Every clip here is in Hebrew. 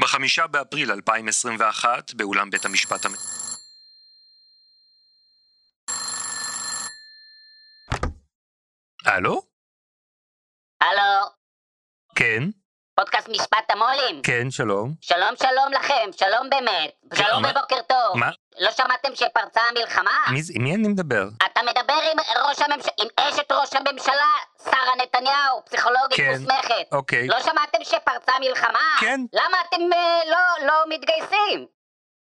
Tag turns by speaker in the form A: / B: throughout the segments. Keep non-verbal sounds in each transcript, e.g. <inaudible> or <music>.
A: בחמישה באפריל 2021, באולם בית המשפט המ... הלו?
B: הלו,
A: כן,
B: פודקאסט משפט המו"לים.
A: כן, שלום.
B: שלום שלום לכם, שלום באמת. שלום
A: מה-
B: ובוקר טוב.
A: מה?
B: לא שמעתם שפרצה המלחמה?
A: מי זה- עם מי אני מדבר?
B: אתה מדבר עם ראש הממשלה, עם אשת ראש הממשלה, שרה נתניהו, פסיכולוגית
A: כן.
B: מוסמכת.
A: אוקיי.
B: לא שמעתם שפרצה מלחמה?
A: כן.
B: למה אתם אה, לא, לא מתגייסים?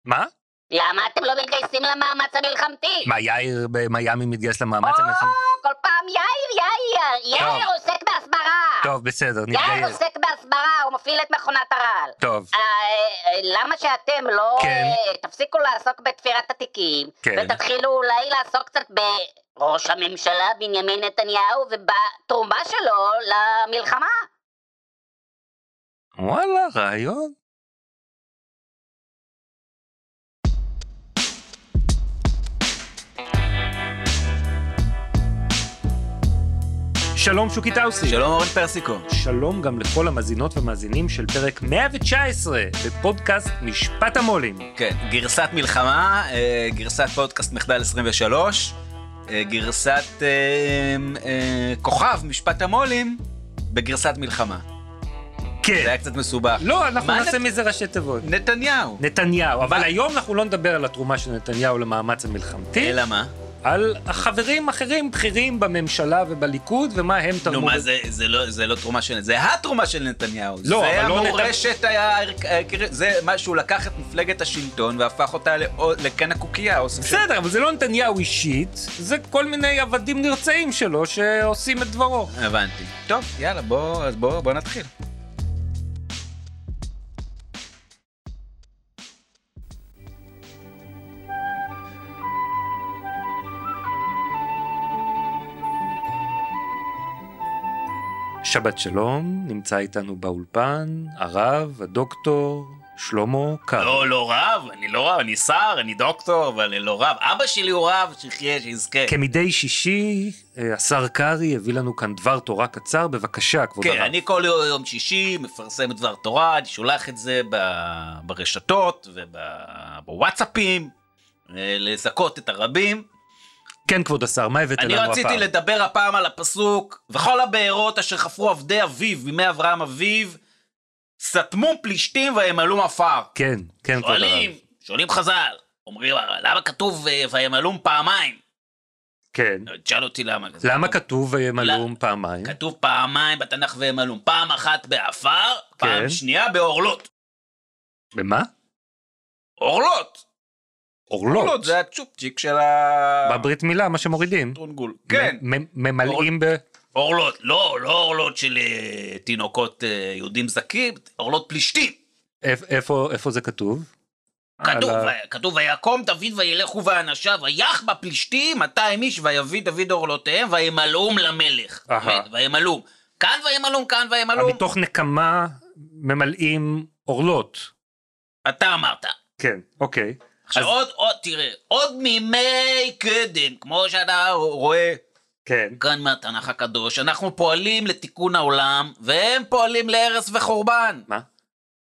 A: מה?
B: למה אתם לא מתגייסים למאמץ המלחמתי?
A: מה, יאיר במיאמי מתגייס למאמץ
B: או,
A: המלחמתי?
B: כל פעם יאיר, יאיר, יאיר
A: טוב.
B: עוסק בהסברה.
A: טוב, בסדר,
B: יאיר
A: נתגייס.
B: עוסק בהסברה, הוא מפעיל את מכונת הרעל.
A: טוב,
B: אה, אה, למה שאתם לא
A: כן.
B: אה, תפסיקו לעסוק בתפירת התיקים,
A: כן.
B: ותתחילו אולי לעסוק קצת בראש הממשלה בנימין נתניהו ובתרומה שלו למלחמה?
A: וואלה, רעיון. שלום שוקי טאוסי.
C: שלום אורן פרסיקו.
A: שלום גם לכל המאזינות והמאזינים של פרק 119 בפודקאסט משפט המו"לים.
C: כן, גרסת מלחמה, אה, גרסת פודקאסט מחדל 23, אה, גרסת אה, אה, כוכב משפט המו"לים בגרסת מלחמה. זה
A: כן.
C: היה קצת מסובך.
A: לא, אנחנו
C: מה
A: נעשה
C: נת-
A: מזה ראשי תיבות.
C: נתניהו.
A: נתניהו. אבל
C: מה?
A: היום אנחנו לא נדבר על התרומה של נתניהו למאמץ המלחמתי,
C: אלא מה?
A: על החברים אחרים בכירים בממשלה ובליכוד ומה הם תרמו.
C: נו, מה
A: בזה.
C: זה, זה לא, זה לא תרומה של, זה התרומה של נתניהו.
A: לא,
C: זה
A: אבל לא
C: המורשת, היה, אה, זה מה שהוא לקח את מפלגת השלטון והפך אותה לאו- לקן הקוקייה. עושים של-
A: בסדר, אבל זה לא נתניהו אישית, זה כל מיני עבדים נרצעים שלו שעושים את דברו.
C: הבנתי. טוב, יאללה, בוא, אז בוא, בוא נתחיל.
A: שבת שלום, נמצא איתנו באולפן, הרב, הדוקטור, שלמה קרעי.
C: לא, לא רב, אני לא רב, אני שר, אני דוקטור, אבל לא רב. אבא שלי הוא רב, שיחיה, שיזכה.
A: כמדי שישי, אה, השר קרעי הביא לנו כאן דבר תורה קצר, בבקשה, כבוד
C: כן,
A: הרב.
C: אני כל יום שישי מפרסם דבר תורה, אני שולח את זה ב- ברשתות ובוואטסאפים, אה, לזכות את הרבים.
A: כן, כבוד השר, מה הבאת לנו
C: אני
A: הפעם?
C: רציתי לדבר הפעם על הפסוק, וכל הבארות אשר חפרו עבדי אביו בימי אברהם אביו, סתמו פלישתים וימלאו עפר.
A: כן, כן, כבוד הרב.
C: שואלים, שואלים חז"ל, אומרים, למה כתוב "ו- וימלאום פעמיים?
A: כן.
C: תשאל אותי למה.
A: למה כתוב וימלאום
C: לא.
A: פעמיים?
C: כתוב פעמיים בתנ"ך וימלאום, פעם אחת בעפר,
A: כן.
C: פעם שנייה באורלות.
A: במה?
C: אורלות!
A: אורלות.
C: זה הצ'ופצ'יק של ה...
A: בברית מילה, מה שמורידים.
C: טרונגול. כן,
A: מ- מ- ממלאים ב...
C: אורלות, לא, לא אורלות של אה, תינוקות אה, יהודים זכים, אורלות פלישתים.
A: איפ- איפה איפה זה כתוב? אה,
C: כתוב, אה,
A: על ה-
C: ו- כתוב, ויקום דוד וילכו ואנשיו, ויח בפלישתים 200 איש, ויביא דוד אורלותיהם, וימלאום למלך.
A: אהה.
C: באמת, וימלאום. כאן וימלאום, כאן וימלאום.
A: מתוך נקמה ממלאים אורלות.
C: אתה אמרת.
A: כן, אוקיי.
C: עכשיו
A: אז-
C: עוד, עוד, תראה, עוד מימי קדם, כמו שאתה רואה
A: כן.
C: כאן מהתנ"ך הקדוש, אנחנו פועלים לתיקון העולם, והם פועלים להרס וחורבן.
A: מה?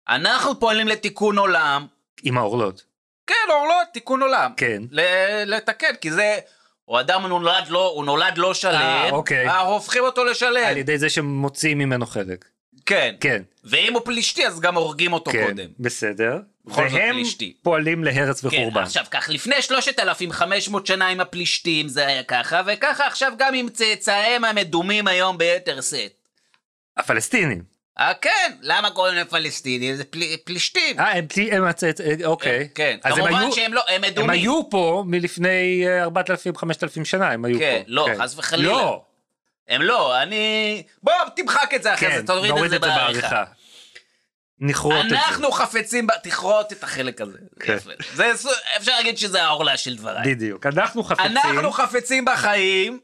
C: אנחנו פועלים לתיקון עולם,
A: עם האורלות.
C: כן, או לא, תיקון עולם.
A: כן.
C: ל- לתקן, כי זה... הוא אדם הוא נולד לא, הוא נולד לא שלם,
A: אה, אוקיי.
C: אה, הופכים אותו לשלם.
A: על ידי זה שמוציאים ממנו חלק.
C: כן.
A: כן.
C: ואם הוא פלישתי, אז גם הורגים אותו
A: כן,
C: קודם.
A: בסדר.
C: בכל זאת
A: והם
C: פלישתי.
A: פועלים להרס
C: כן,
A: וחורבן.
C: עכשיו כך, לפני 3,500 שנה עם הפלישתים זה היה ככה, וככה עכשיו גם עם צאצאיהם המדומים היום ביתר שאת.
A: הפלסטינים.
C: אה, כן, למה קוראים להם פלסטינים? זה פל... פלישתים.
A: אה, הם פלי- הם הצאת, אה, אוקיי.
C: כן, כן.
A: אז הם
C: כמובן
A: היו-
C: שהם לא, הם
A: הם
C: מדומים.
A: היו פה מלפני אה, 4,000-5,000 שנה, הם היו פה.
C: כן, לא, חס וחלילה.
A: לא,
C: הם לא, אני... בוא, תמחק את זה אחרי
A: כן,
C: זה, תוריד את זה בעריכה.
A: נכרות את זה.
C: אנחנו חפצים, ב... תכרות את החלק הזה.
A: כן.
C: יפה. זה, סו- אפשר להגיד שזה העורלה של דבריי.
A: בדיוק. אנחנו חפצים.
C: אנחנו חפצים בחיים,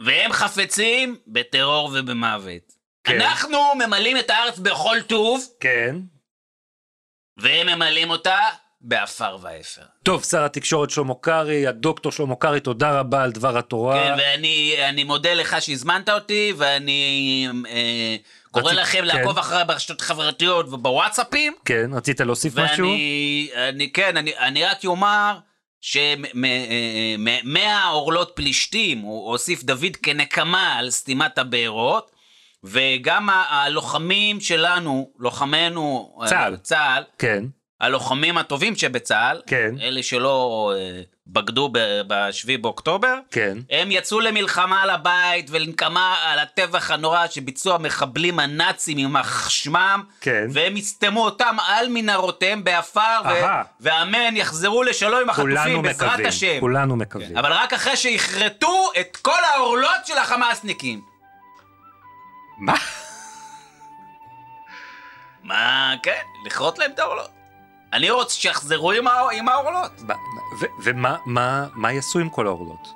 C: והם חפצים בטרור ובמוות.
A: כן.
C: אנחנו ממלאים את הארץ בכל טוב,
A: כן.
C: והם ממלאים אותה בעפר ואפר.
A: טוב, שר התקשורת שלמה קרעי, הדוקטור שלמה קרעי, תודה רבה על דבר התורה.
C: כן, ואני אני מודה לך שהזמנת אותי, ואני אה, קורא
A: רצית-
C: לכם
A: כן.
C: לעקוב אחריי ברשתות החברתיות ובוואטסאפים.
A: כן, רצית להוסיף משהו?
C: ואני, אני, כן, אני, אני רק אומר שמאה אה, עורלות פלישתים, הוא הוסיף דוד כנקמה על סתימת הבארות, וגם ה- הלוחמים שלנו, לוחמינו, אה,
A: צה"ל.
C: צה"ל,
A: כן,
C: הלוחמים הטובים שבצה"ל,
A: כן,
C: אלה שלא אה, בגדו ב-7 באוקטובר,
A: כן.
C: הם יצאו למלחמה על הבית ולנקמה על הטבח הנורא שביצעו המחבלים הנאצים יימח שמם,
A: כן.
C: והם יסתמו אותם על מנהרותיהם בעפר, ו-
A: אהה.
C: ואמן יחזרו לשלום עם
A: כולנו
C: החטופים, בעזרת
A: מקווים,
C: השם. כן.
A: כולנו מקווים.
C: אבל רק אחרי שיכרתו את כל העורלות של החמאסניקים.
A: מה?
C: מה, כן, לכרות להם את העורלות. אני רוצה שיחזרו עם, הא- עם העורלות.
A: ב- ו- ומה מה- מה יעשו עם כל האורלות?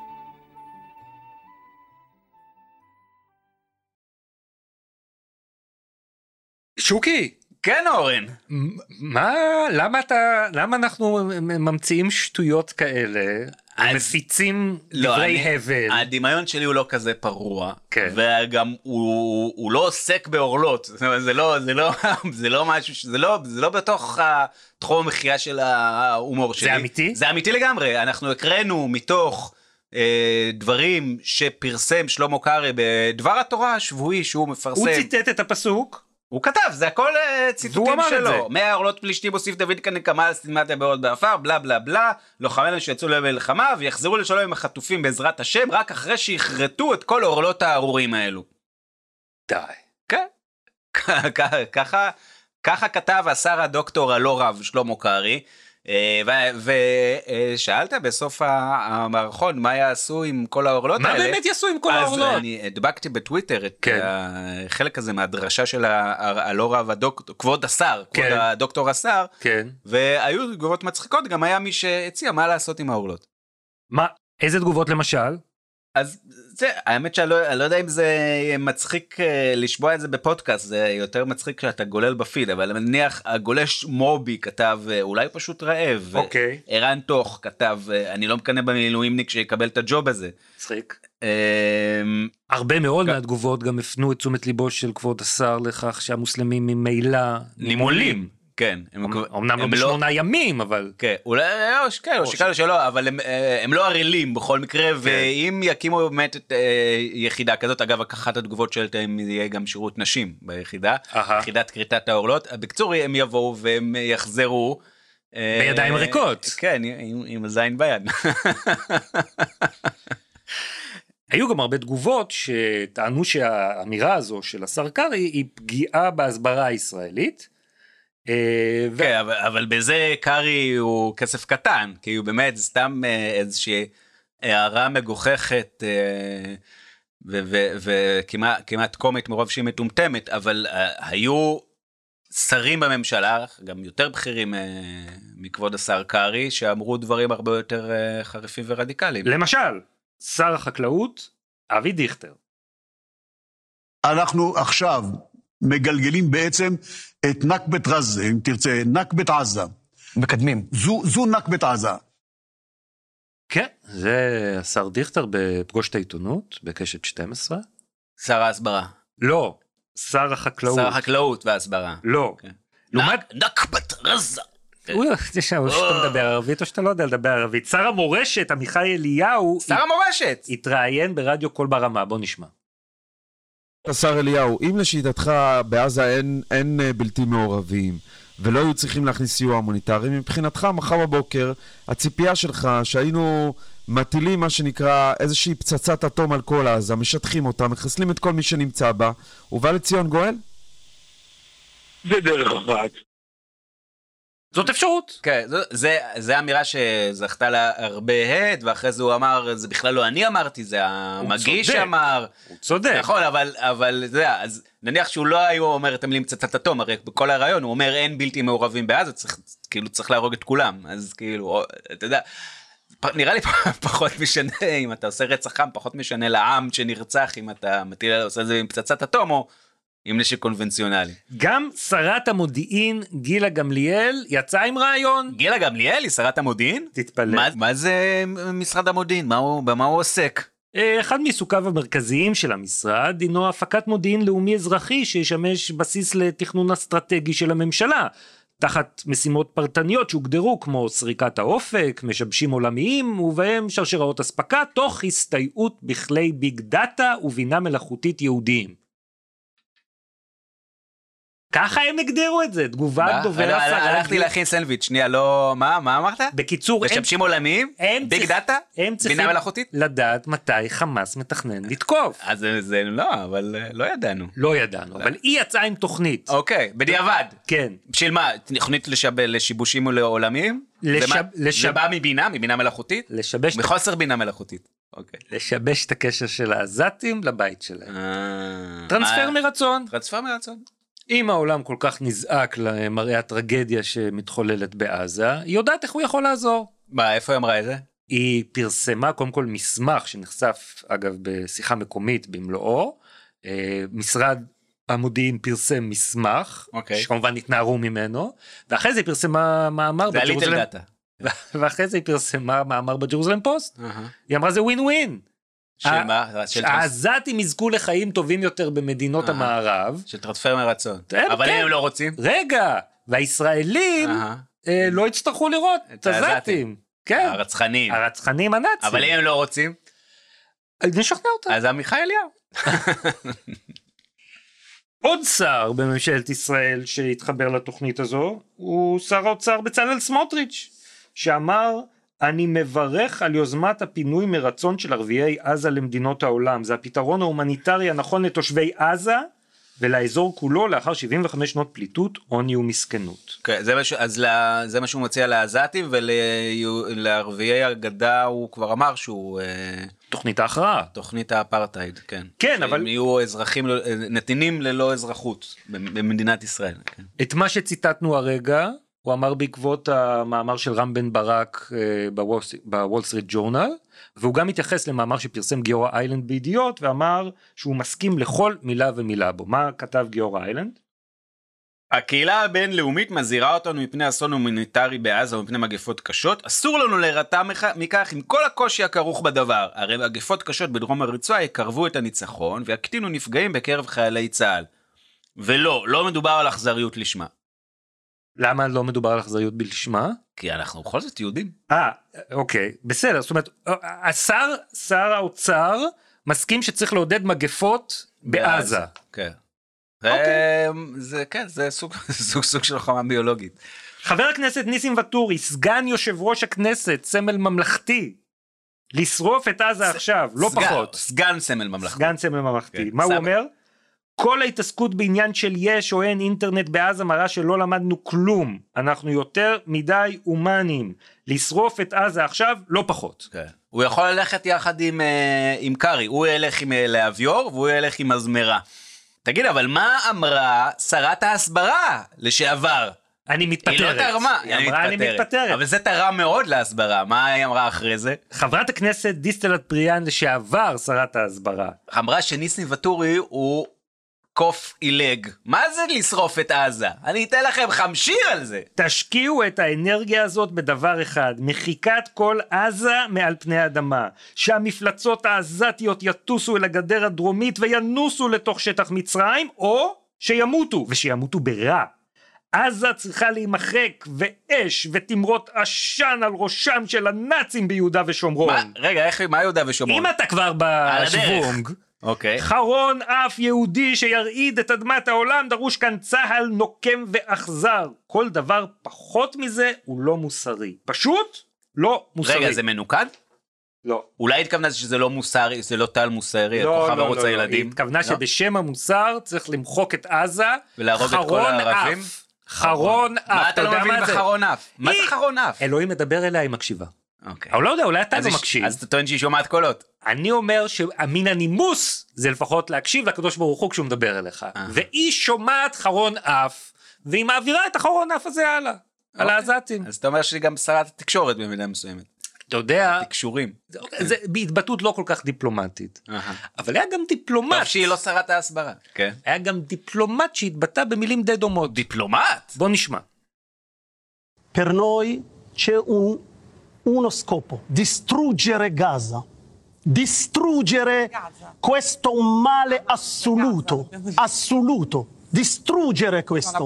A: שוקי!
C: כן, אורן.
A: מ- מה? למה אתה... למה אנחנו מ- ממציאים שטויות כאלה?
C: אז-
A: מפיצים
C: לא,
A: דברי
C: אני-
A: הבל.
C: הדמיון שלי הוא לא כזה פרוע,
A: כן.
C: וגם הוא, הוא לא עוסק בעורלות, זאת אומרת, זה לא, זה לא, <laughs> זה לא משהו, ש- זה לא, זה לא בתוך ה- תחום המחיה של ההומור שלי.
A: אמיתי?
C: זה אמיתי לגמרי, אנחנו הקראנו מתוך אה, דברים שפרסם שלמה קרעי בדבר התורה השבועי שהוא מפרסם.
A: הוא ציטט את הפסוק.
C: הוא כתב, זה הכל אה, ציטוטים
A: אמר את זה.
C: שלו. מאה עורלות פלישתים הוסיף דוד כנקמה על סתימת הבאות בעפר, בלה בלה בלה, לוחמינו שיצאו למלחמה ויחזרו לשלום עם החטופים בעזרת השם, רק אחרי שיכרתו את כל עורלות הארורים האלו. <laughs>
A: די.
C: כן. ככה, ככה כתב השר הדוקטור הלא רב שלמה קרעי, אה, ושאלת אה, בסוף ה- המערכון מה יעשו עם כל העורלות
A: מה
C: האלה.
A: באמת יעשו עם כל
C: אז
A: האורלות?
C: אני הדבקתי בטוויטר את
A: כן.
C: החלק הזה מהדרשה של ה- ה- הלא רב הדוקטור, כבוד השר, כבוד
A: כן.
C: הדוקטור השר,
A: כן.
C: והיו תגובות מצחיקות, גם היה מי שהציע מה לעשות עם העורלות.
A: מה? איזה תגובות למשל?
C: אז זה, האמת שאני לא, אני לא יודע אם זה מצחיק אה, לשמוע את זה בפודקאסט, זה יותר מצחיק כשאתה גולל בפיד, אבל נניח הגולש מובי כתב אה, אולי הוא פשוט רעב.
A: אוקיי.
C: ערן תוך כתב אה, אני לא מקנא במילואימניק שיקבל את הג'וב הזה.
A: מצחיק.
C: אמ,
A: הרבה מאוד
C: כן.
A: מהתגובות גם הפנו את תשומת ליבו של כבוד השר לכך שהמוסלמים ממילא נימולים.
C: כן, הם,
A: אמנם לא
C: הם לא-
A: בשמונה ימים, אבל...
C: כן, אולי, לא, ש- כן, או
A: או
C: שכאלה שלא, אבל הם, אה, הם לא ערלים בכל מקרה, ואם יקימו באמת את, אה, יחידה כזאת, אגב, אחת התגובות שלהם יהיה גם שירות נשים ביחידה,
A: אהה.
C: יחידת כריתת העורלות, בקצור, הם יבואו והם יחזרו. אה,
A: בידיים ריקות.
C: כן, עם, עם הזין ביד.
A: היו גם הרבה תגובות שטענו שהאמירה הזו של השר קרעי היא פגיעה בהסברה הישראלית. אה, ו-
C: כן, אבל, אבל בזה קארי הוא כסף קטן, כי הוא באמת סתם אה, איזושהי הערה מגוחכת אה, וכמעט קומית מרוב שהיא מטומטמת, אבל אה, היו שרים בממשלה, גם יותר בכירים אה, מכבוד השר קארי, שאמרו דברים הרבה יותר אה, חריפים ורדיקליים.
A: כן, למשל, שר החקלאות, אבי דיכטר.
D: אנחנו עכשיו מגלגלים בעצם את נכבת רזה, אם תרצה, נכבת עזה.
E: מקדמים.
D: זו, זו נכבת עזה.
A: כן, זה השר דיכטר בפגוש את העיתונות, בקשת 12.
C: שר ההסברה,
A: לא, שר החקלאות.
C: שר החקלאות וההסברה.
A: לא.
C: כן.
A: לעומת
C: נק- נקבת רזה.
A: הוא יודע שאו
C: אה.
A: שאתה מדבר ערבית או שאתה לא יודע לדבר ערבית. שר המורשת עמיחי אליהו
C: שר המורשת.
A: התראיין ברדיו קול ברמה, בוא נשמע.
F: השר אליהו, אם לשיטתך בעזה אין, אין אה, בלתי מעורבים ולא היו צריכים להכניס סיוע הומניטרי, מבחינתך מחר בבוקר הציפייה שלך שהיינו מטילים מה שנקרא איזושהי פצצת אטום על כל עזה, משטחים אותה, מחסלים את כל מי שנמצא בה, ובא לציון גואל?
G: זה דרך אחת.
A: זאת אפשרות.
C: כן, זו- זה, זה אמירה שזכתה לה הרבה הד, ואחרי זה הוא אמר, זה בכלל לא אני אמרתי, זה המגיש
A: צודק. כן.
C: אמר.
A: הוא צודק.
C: נכון, אבל, אבל זה, אז נניח שהוא לא היה אומר את המילים פצצת אטום, הרי בכל הרעיון הוא אומר אין בלתי מעורבים בעזה, צריך, כאילו צריך להרוג את כולם, אז כאילו, או- אתה יודע, פ- נראה לי <laughs> פחות משנה אם אתה עושה רצח עם, פחות משנה לעם שנרצח, אם אתה מטיל, עושה את זה עם פצצת אטום או עם נשק קונבנציונלי.
A: גם שרת המודיעין גילה גמליאל יצאה עם רעיון.
C: גילה גמליאל היא שרת המודיעין?
A: תתפלא.
C: מה, מה זה משרד המודיעין? מה הוא, במה הוא עוסק?
A: אה, אחד מעיסוקיו המרכזיים של המשרד הינו הפקת מודיעין לאומי אזרחי שישמש בסיס לתכנון אסטרטגי של הממשלה, תחת משימות פרטניות שהוגדרו כמו סריקת האופק, משבשים עולמיים ובהם שרשראות אספקה, תוך הסתייעות בכלי ביג דאטה ובינה מלאכותית יהודיים. ככה הם הגדירו את זה, תגובת
C: מה?
A: דובר
C: לא,
A: הסרה.
C: הלכתי
A: גלית.
C: להכין סנדוויץ', שנייה, לא... מה, מה אמרת?
A: בקיצור, הם
C: משבשים עולמיים?
A: הם
C: ביג
A: צריכים-
C: דאטה?
A: הם צריכים
C: בינה מלאכותית?
A: לדעת מתי חמאס מתכנן לתקוף.
C: אז זה- זה לא, אבל אה, לא ידענו.
A: לא ידענו, אבל היא יצאה עם תוכנית.
C: אוקיי, בדיעבד.
A: כן.
C: בשביל מה? תוכנית לשב- לשיבושים ולעולמים? זה
A: לשב-
C: מה- זה
A: לשב-
C: בא מבינה? מבינה מלאכותית?
A: לשבש,
C: מחוסר בינה מלאכותית. אוקיי.
A: לשבש את הקשר של העזתים לבית שלהם.
C: אה,
A: טרנספר
C: אה,
A: מרצון.
C: טרנספר מרצון.
A: אם העולם כל כך נזעק למראה הטרגדיה שמתחוללת בעזה, היא יודעת איך הוא יכול לעזור.
C: מה, איפה היא אמרה את זה?
A: היא פרסמה קודם כל מסמך שנחשף אגב בשיחה מקומית במלואו. אה, משרד המודיעין פרסם מסמך,
C: אוקיי.
A: שכמובן התנערו ממנו, ואחרי זה היא פרסמה מאמר
C: זה הליטל
A: בג'רוזלם,
C: דאטה.
A: ואחרי זה היא פרסמה מאמר בג'רוזלם פוסט. היא אמרה זה ווין ווין.
C: של מה? של טרנס-
A: העזתים יזכו לחיים טובים יותר במדינות
C: אה.
A: המערב.
C: של טרנספר מרצון.
A: כן,
C: אבל
A: כן.
C: אם הם לא רוצים?
A: רגע, והישראלים
C: אהה.
A: אה, לא יצטרכו לראות
C: את
A: את העזתים.
C: העזתים.
A: כן,
C: הרצחנים.
A: הרצחנים הנאצים. אה,
C: אבל אם הם לא רוצים,
A: אני משכנע אותם.
C: אז עמיחי אליהו.
A: עוד שר בממשלת ישראל שהתחבר לתוכנית הזו הוא שר האוצר בצלאל סמוטריץ', שאמר אני מברך על יוזמת הפינוי מרצון של ערביי עזה למדינות העולם. זה הפתרון ההומניטרי הנכון לתושבי עזה ולאזור כולו לאחר 75 שנות פליטות, עוני ומסכנות.
C: כן, זה מה ש- אז ל- זה מה שהוא מציע לעזתים ולערביי הגדה הוא כבר אמר שהוא אה,
A: תוכנית ההכרעה.
C: תוכנית האפרטהייד, כן.
A: כן,
C: שהם
A: אבל-
C: יהיו אזרחים, ל- אה, נתינים ללא אזרחות במ- במדינת ישראל. כן.
A: את מה שציטטנו הרגע, הוא אמר בעקבות המאמר של רם בן ברק אה, בוול ס- בוול סטריט ג'ורנל, והוא גם התייחס למאמר שפרסם גיאורה איילנד בידיעות, ואמר שהוא מסכים לכל מילה ומילה בו. מה כתב גיאורה איילנד?
C: הקהילה הבינלאומית מזהירה אותנו מפני אסון הומניטרי בעזה ומפני מגפות קשות. אסור לנו להירתע מכ- מכך עם כל הקושי הכרוך בדבר. הרי מגפות קשות בדרום הרצועה יקרבו את הניצחון ויקטינו נפגעים בקרב חיילי צה"ל. ולא, לא מדובר על אכזריות לשמה.
A: למה לא מדובר על אכזריות בלשמה?
C: כי אנחנו בכל זאת יהודים.
A: אה, אוקיי, בסדר, זאת אומרת, אה, השר, שר האוצר, מסכים שצריך לעודד מגפות בעזה.
C: כן.
A: אוקיי.
C: אמ, זה כן, זה סוג <laughs> סוג סוג של לוחמה ביולוגית.
A: חבר הכנסת ניסים ואטורי, סגן יושב ראש הכנסת, סמל ממלכתי, לשרוף את עזה עכשיו, לא
C: סגן-
A: פחות.
C: סגן סמל ממלכתי.
A: סגן סמל ממלכתי.
C: כן,
A: מה הוא
C: סבא.
A: אומר? כל ההתעסקות בעניין של יש או אין אינטרנט בעזה מראה שלא למדנו כלום. אנחנו יותר מדי הומניים. לשרוף את עזה עכשיו, לא פחות.
C: כן. הוא יכול ללכת יחד עם, אה, עם קארי, הוא ילך עם אה, לאביור והוא ילך עם מזמרה. תגיד, אבל מה אמרה שרת ההסברה לשעבר?
A: אני מתפטרת.
C: היא לא תרמה,
A: היא אמרה אני מתפטרת.
C: אבל זה תרם מאוד להסברה, מה היא אמרה אחרי זה?
A: חברת הכנסת דיסטל אטבריאן לשעבר, שרת ההסברה.
C: אמרה שניסים ואטורי הוא קוף עילג. מה זה לשרוף את עזה? אני אתן לכם חמשיר על זה.
A: תשקיעו את האנרגיה הזאת בדבר אחד, מחיקת כל עזה מעל פני האדמה. שהמפלצות העזתיות יטוסו אל הגדר הדרומית וינוסו לתוך שטח מצרים, או שימותו, ושימותו ברע. עזה צריכה להימחק, ואש ותמרות עשן על ראשם של הנאצים ביהודה ושומרון.
C: מה, רגע, איך, מה יהודה ושומרון?
A: כן. אם אתה כבר
C: הדרך.
A: בשוונג,
C: אוקיי.
A: חרון אף יהודי שירעיד את אדמת העולם, דרוש כאן צה"ל נוקם ואכזר. כל דבר פחות מזה הוא לא מוסרי. פשוט לא מוסרי.
C: רגע, זה מנוקד?
A: לא.
C: אולי התכוונה שזה לא מוסרי, זה לא טל מוסרי,
A: לא,
C: כוכב
A: לא,
C: ערוץ
A: לא, לא.
C: הילדים.
A: היא התכוונה
C: לא?
A: שבשם המוסר צריך למחוק את עזה.
C: ולהרוג את כל
A: חרון
C: הערבים?
A: אף. חרון אף.
C: מה אתה לא
A: יודע
C: מבין
A: מה זה?
C: בחרון אף? מה
A: היא-
C: זה חרון אף?
A: אלוהים מדבר אליה, היא מקשיבה.
C: אוקיי.
A: אבל לא יודע, אולי אתה
C: אז
A: לא
C: היא-
A: מקשיב.
C: אז אתה טוען שהיא שומעת קולות.
A: אני אומר שמן הנימוס זה לפחות להקשיב לקדוש ברוך הוא כשהוא מדבר אליך.
C: אה.
A: והיא שומעת חרון אף, והיא מעבירה את החרון אף הזה הלאה, על
C: אוקיי.
A: העזתים.
C: אז אתה אומר שהיא גם שרת התקשורת במידה מסוימת.
A: אתה יודע,
C: תקשורים.
A: זה בהתבטאות לא כל כך דיפלומטית. אבל היה גם דיפלומט,
C: אה. טוב שהיא לא שרת ההסברה. כן.
A: היה גם דיפלומט שהתבטא במילים די דומות.
C: דיפלומט?
A: בוא נשמע.
E: Per noi c'è un- uno scopo, distruggere Gaza. distruggere questo un male assoluto, assoluto, distruggere questo.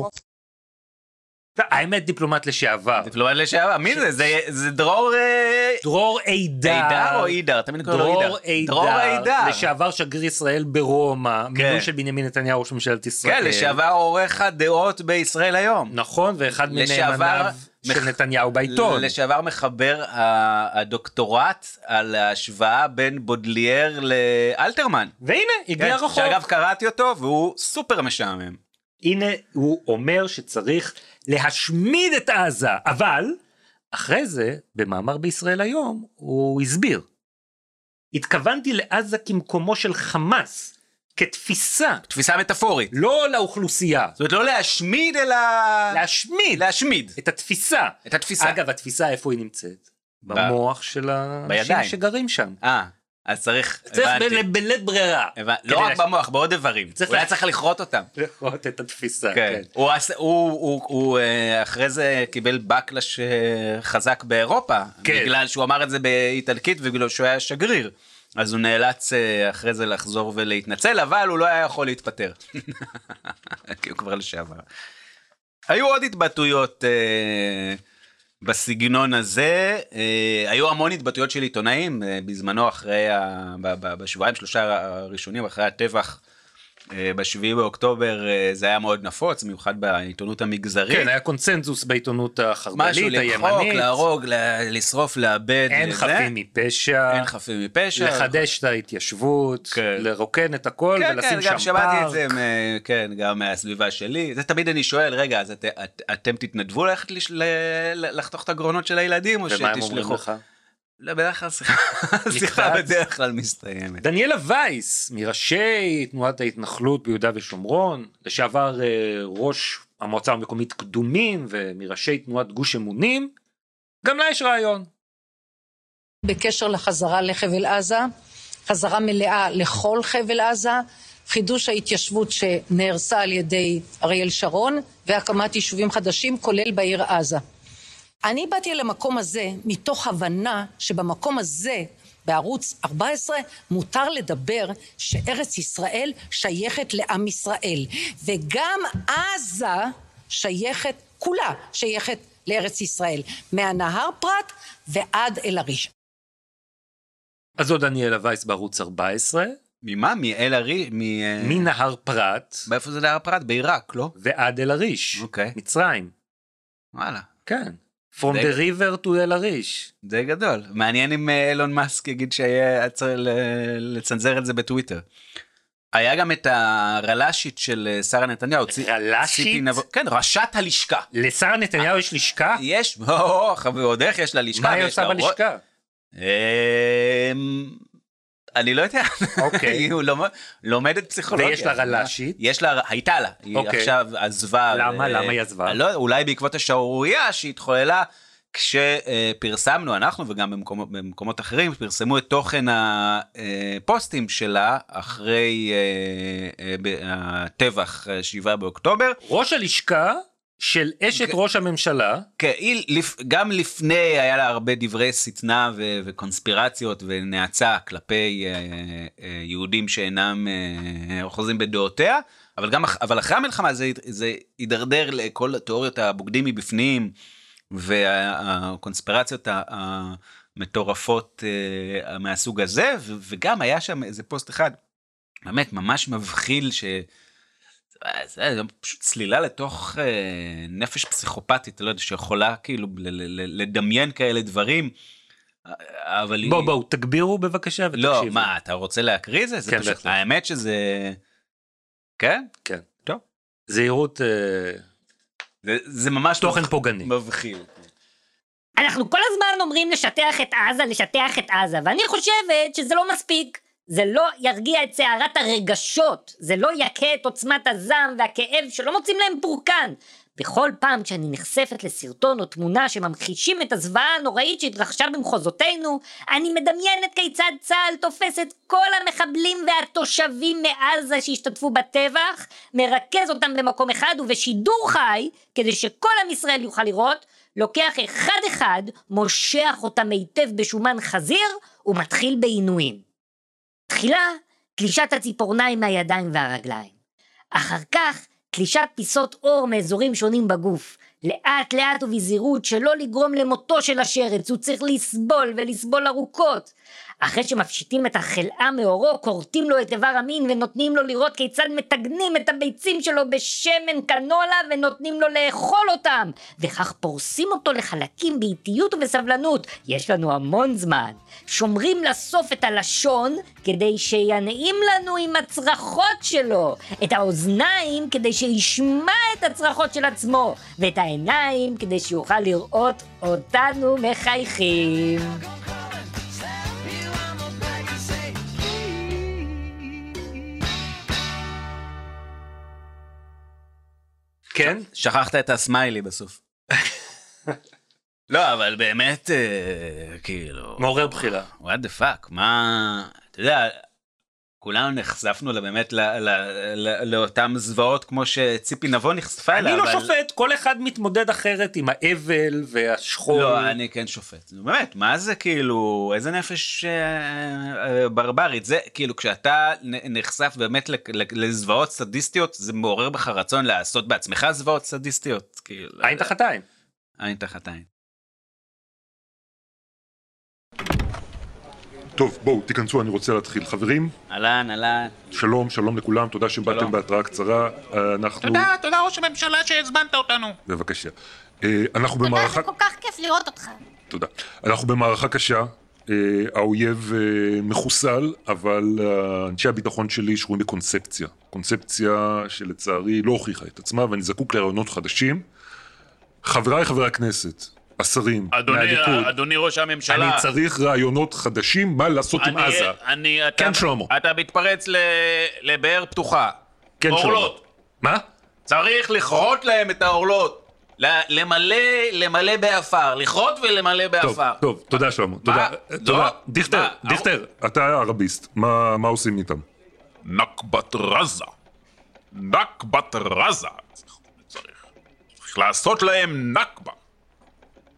A: אתה- האמת דיפלומט לשעבר.
C: דיפלומט לא לשעבר, מי זה? זה- זה דרור... אה,
A: דרור עידר.
C: עידר או עידר? תמיד קוראים לו עידר.
A: דרור עידר.
C: דרור עידר.
A: לשעבר שגריר ישראל ברומא, מינוי של בנימין נתניהו ראש ממשלת ישראל.
C: כן, לשעבר עורך הדעות בישראל היום.
A: נכון, ואחד
C: לשעבר-
A: מנאמניו
C: מח-
A: של נתניהו בעיתון.
C: לשעבר מחבר ה- הדוקטורט על ההשוואה בין בודליאר לאלתרמן.
A: והנה, הגיע
C: כן,
A: רחוק.
C: שאגב קראתי אותו והוא סופר משעמם.
A: הנה הוא אומר שצריך להשמיד את עזה, אבל אחרי זה, במאמר בישראל היום, הוא הסביר. התכוונתי לעזה כמקומו של חמאס, כתפיסה,
C: תפיסה מטאפורית.
A: לא לאוכלוסייה,
C: זאת אומרת לא להשמיד אלא...
A: להשמיד
C: להשמיד.
A: את התפיסה.
C: את התפיסה.
A: אגב, התפיסה איפה היא נמצאת? במוח של האנשים
C: בידיים.
A: שגרים שם.
C: אה, אז צריך...
A: צריך בל-
C: הבנתי.
A: בלית ברירה.
C: הבנ-
A: כדי
C: לא רק
A: להש-
C: במוח, בעוד איברים.
A: צריך
C: הוא היה
A: לה-
C: צריך לכרות אותם.
A: לראות את התפיסה,
C: כן.
A: כן.
C: הוא עש- הוא- הוא- הוא אה, אחרי זה קיבל בקלש אה, חזק באירופה,
A: כן.
C: בגלל שהוא אמר את זה באיטלקית ובגלל שהוא היה שגריר. אז הוא נאלץ אה, אחרי זה לחזור ולהתנצל, אבל הוא לא היה יכול להתפטר. <laughs> כי הוא כבר לשעבר. היו עוד התבטאויות אה, בסגנון הזה, אה, היו המון התבטאויות של עיתונאים אה, בזמנו אחרי, ה- ב- ב- בשבועיים שלושה הראשונים אחרי הטבח. אה, בשביעי באוקטובר אה, זה היה מאוד נפוץ, במיוחד בעיתונות המגזרית.
A: כן, היה קונצנזוס בעיתונות
C: משהו
A: החרד"לית,
C: למחוק,
A: הימנית.
C: להרוג, ל- לשרוף, לאבד. אה,
A: אין
C: זה.
A: חפים מפשע.
C: אין חפים מפשע.
A: לחדש את ההתיישבות,
C: כן.
A: לרוקן את הכל
C: כן, כן,
A: ולשים
C: גם
A: שם
C: שמעתי את
A: פארק.
C: זה, מ- כן, גם מהסביבה שלי. זה תמיד אני שואל, רגע, אז את- את- אתם תתנדבו ללכת לש- ל- ל- לחתוך את הגרונות של הילדים, או
A: ומה הם אומרים
C: שתשלחו?
A: לך?
C: לא, בדרך כלל שיחה- שיחה
A: נכתב?
C: בדרך כלל מסתיימת.
A: דניאלה וייס, מראשי תנועת ההתנחלות ביהודה ושומרון, לשעבר אה, ראש המועצה המקומית קדומים ומראשי תנועת גוש אמונים, גם לה יש רעיון.
H: בקשר לחזרה לחבל עזה, חזרה מלאה לכל חבל עזה, חידוש ההתיישבות שנהרסה על ידי אריאל שרון והקמת יישובים חדשים, כולל בעיר עזה. אני באתי למקום הזה מתוך הבנה שבמקום הזה, בערוץ 14, מותר לדבר שארץ ישראל שייכת לעם ישראל. וגם עזה שייכת, כולה שייכת לארץ ישראל. מהנהר פרת ועד אל-עריש.
A: אז זו דניאלה וייס בערוץ 14,
C: ממה? מאל ארי? מ- אה,
A: מנהר פרת
C: מאיפה זה להר פרת? בעיראק, לא?
A: ועד אל-עריש,
C: אוקיי.
A: מצרים,
C: וואלה.
A: כן. From
C: די-
A: the river to אל-עריש.
C: די גדול. מעניין אם אה, אילון מאסק יגיד שהיה צריך ל- לצנזר את זה בטוויטר. היה גם את הרל"שית של אה, שרה נתניהו. צי-
A: רל"שית?
C: ציפי נבו- כן, ראשת הלשכה.
A: לשרה נתניהו יש לשכה?
C: יש, <laughs> או, חבר, עוד איך יש לה לשכה.
A: מה היא
C: ויש
A: עושה
C: לה רו-
A: בלשכה?
C: אמ, אני לא יודע.
A: אוקיי.
C: <laughs> היא לומד- לומדת פסיכולוגיה.
A: ויש לה רל"שית?
C: יש לה, הייתה לה. היא
A: אוקיי.
C: עכשיו עזבה.
A: למה?
C: אה,
A: למה היא עזבה?
C: לא, אולי בעקבות השערורייה שהתחוללה כשפרסמנו, אנחנו וגם במקומות, במקומות אחרים, פרסמו את תוכן הפוסטים שלה אחרי אה, אה, ב- הטבח אה, 7 באוקטובר.
A: ראש הלשכה של אשת ראש הממשלה,
C: כן, היא, לפ- גם לפני היה לה הרבה דברי שטנה ו- וקונספירציות ונאצה כלפי אה, אה, יהודים שאינם אה, אוחזים בדעותיה, אבל גם אח- אבל אחרי המלחמה זה, זה הידרדר לכל תיאוריות הבוגדים מבפנים והקונספירציות המטורפות אה, מהסוג הזה, ו- וגם היה שם איזה פוסט אחד באמת ממש מבחיל ש... זה זה פשוט צלילה לתוך אה, נפש פסיכופתית, לא יודע, שיכולה כאילו ל- ל- ל- לדמיין כאלה דברים, אה, אבל היא...
A: בואו בואו תגבירו בבקשה ותקשיבו.
C: לא, מה, אתה רוצה להקריא את זה? זה
A: כן,
C: פשוט,
A: בהחלט.
C: האמת שזה... כן?
A: זהירות אה,
C: זה, זה ממש
A: תוכן
C: מבח-
A: פוגעני.
C: מבחיל.
I: אנחנו כל הזמן אומרים לשטח את עזה, לשטח את עזה, ואני חושבת שזה לא מספיק. זה לא ירגיע את סערת הרגשות, זה לא יכה את עוצמת הזעם והכאב שלא מוצאים להם פורקן. בכל פעם כשאני נחשפת לסרטון או תמונה שממחישים את הזוועה הנוראית שהתרחשה במחוזותינו, אני מדמיינת כיצד צה"ל תופס את כל המחבלים והתושבים מעזה שהשתתפו בטבח, מרכז אותם במקום אחד ובשידור חי, כדי שכל עם ישראל יוכל לראות, לוקח אחד-אחד, מושך אותם היטב בשומן חזיר, ומתחיל בעינויים. תחילה, תלישת הציפורניים מהידיים והרגליים. אחר כך, תלישת פיסות עור מאזורים שונים בגוף. לאט לאט ובזהירות שלא לגרום למותו של השרץ, הוא צריך לסבול ולסבול ארוכות. אחרי שמפשיטים את החלאה מעורו, כורתים לו את איבר המין ונותנים לו לראות כיצד מתגנים את הביצים שלו בשמן קנולה ונותנים לו לאכול אותם. וכך פורסים אותו לחלקים באיטיות ובסבלנות. יש לנו המון זמן. שומרים לסוף את הלשון כדי שינעים לנו עם הצרחות שלו. את האוזניים כדי שישמע את הצרחות של עצמו. ואת העיניים כדי שיוכל לראות אותנו מחייכים.
A: כן?
C: שכחת את הסמיילי בסוף. לא, אבל באמת, אה, כאילו...
A: מעורר בחירה.
C: וואט דה פאק, מה... אתה יודע, כולנו נחשפנו לה- באמת ל- ל- ל- לאותם זוועות כמו שציפי נבון נחשפה אליה,
A: אני לא
C: אבל-
A: שופט, כל אחד מתמודד אחרת עם האבל והשכול.
C: לא, אני כן שופט. נו, באמת, מה זה כאילו, איזה נפש אה, אה, ברברית. זה כאילו, כשאתה נ- נחשף באמת לק- לק- לזוועות סדיסטיות, זה מעורר בך רצון לעשות בעצמך זוועות סדיסטיות. כאילו,
A: עין תחת עין.
C: עין תחת עין.
J: טוב, בואו, תיכנסו, אני רוצה להתחיל. חברים,
C: אהלן, אהלן.
J: שלום, שלום לכולם, תודה שבאתם
C: שלום.
J: בהתראה קצרה. אנחנו...
E: תודה, תודה ראש הממשלה שהזמנת אותנו.
J: בבקשה. אה, אנחנו במערכה...
E: כל כך כיף לראות אותך.
J: תודה. אנחנו במערכה קשה. אה, האויב אה, מחוסל, אבל אה, אנשי הביטחון שלי שרויים בקונספציה. קונספציה שלצערי לא הוכיחה את עצמה, ואני זקוק לרעיונות חדשים. חבריי חברי הכנסת, השרים,
E: אדוני,
J: מהליכוד,
E: אדוני ראש הממשלה.
J: אני צריך רעיונות חדשים מה לעשות עם
E: אני-
J: עזה.
E: אני, אתה...
J: כן, שלמה.
E: אתה מתפרץ ל... לבאר פתוחה.
J: כן, שלמה.
E: אורלות.
J: מה?
E: צריך לכרות להם את האורלות. ל- למלא, למלא בעפר. לכרות ולמלא
J: טוב,
E: בעפר.
J: טוב, תודה שלמה, תודה.
E: לא,
J: תודה. דיכטר, דיכטר, אתה ערביסט, מה מה עושים איתם?
D: נכבת רזה. נכבת רזה. צריך. צריך לעשות להם נכבה.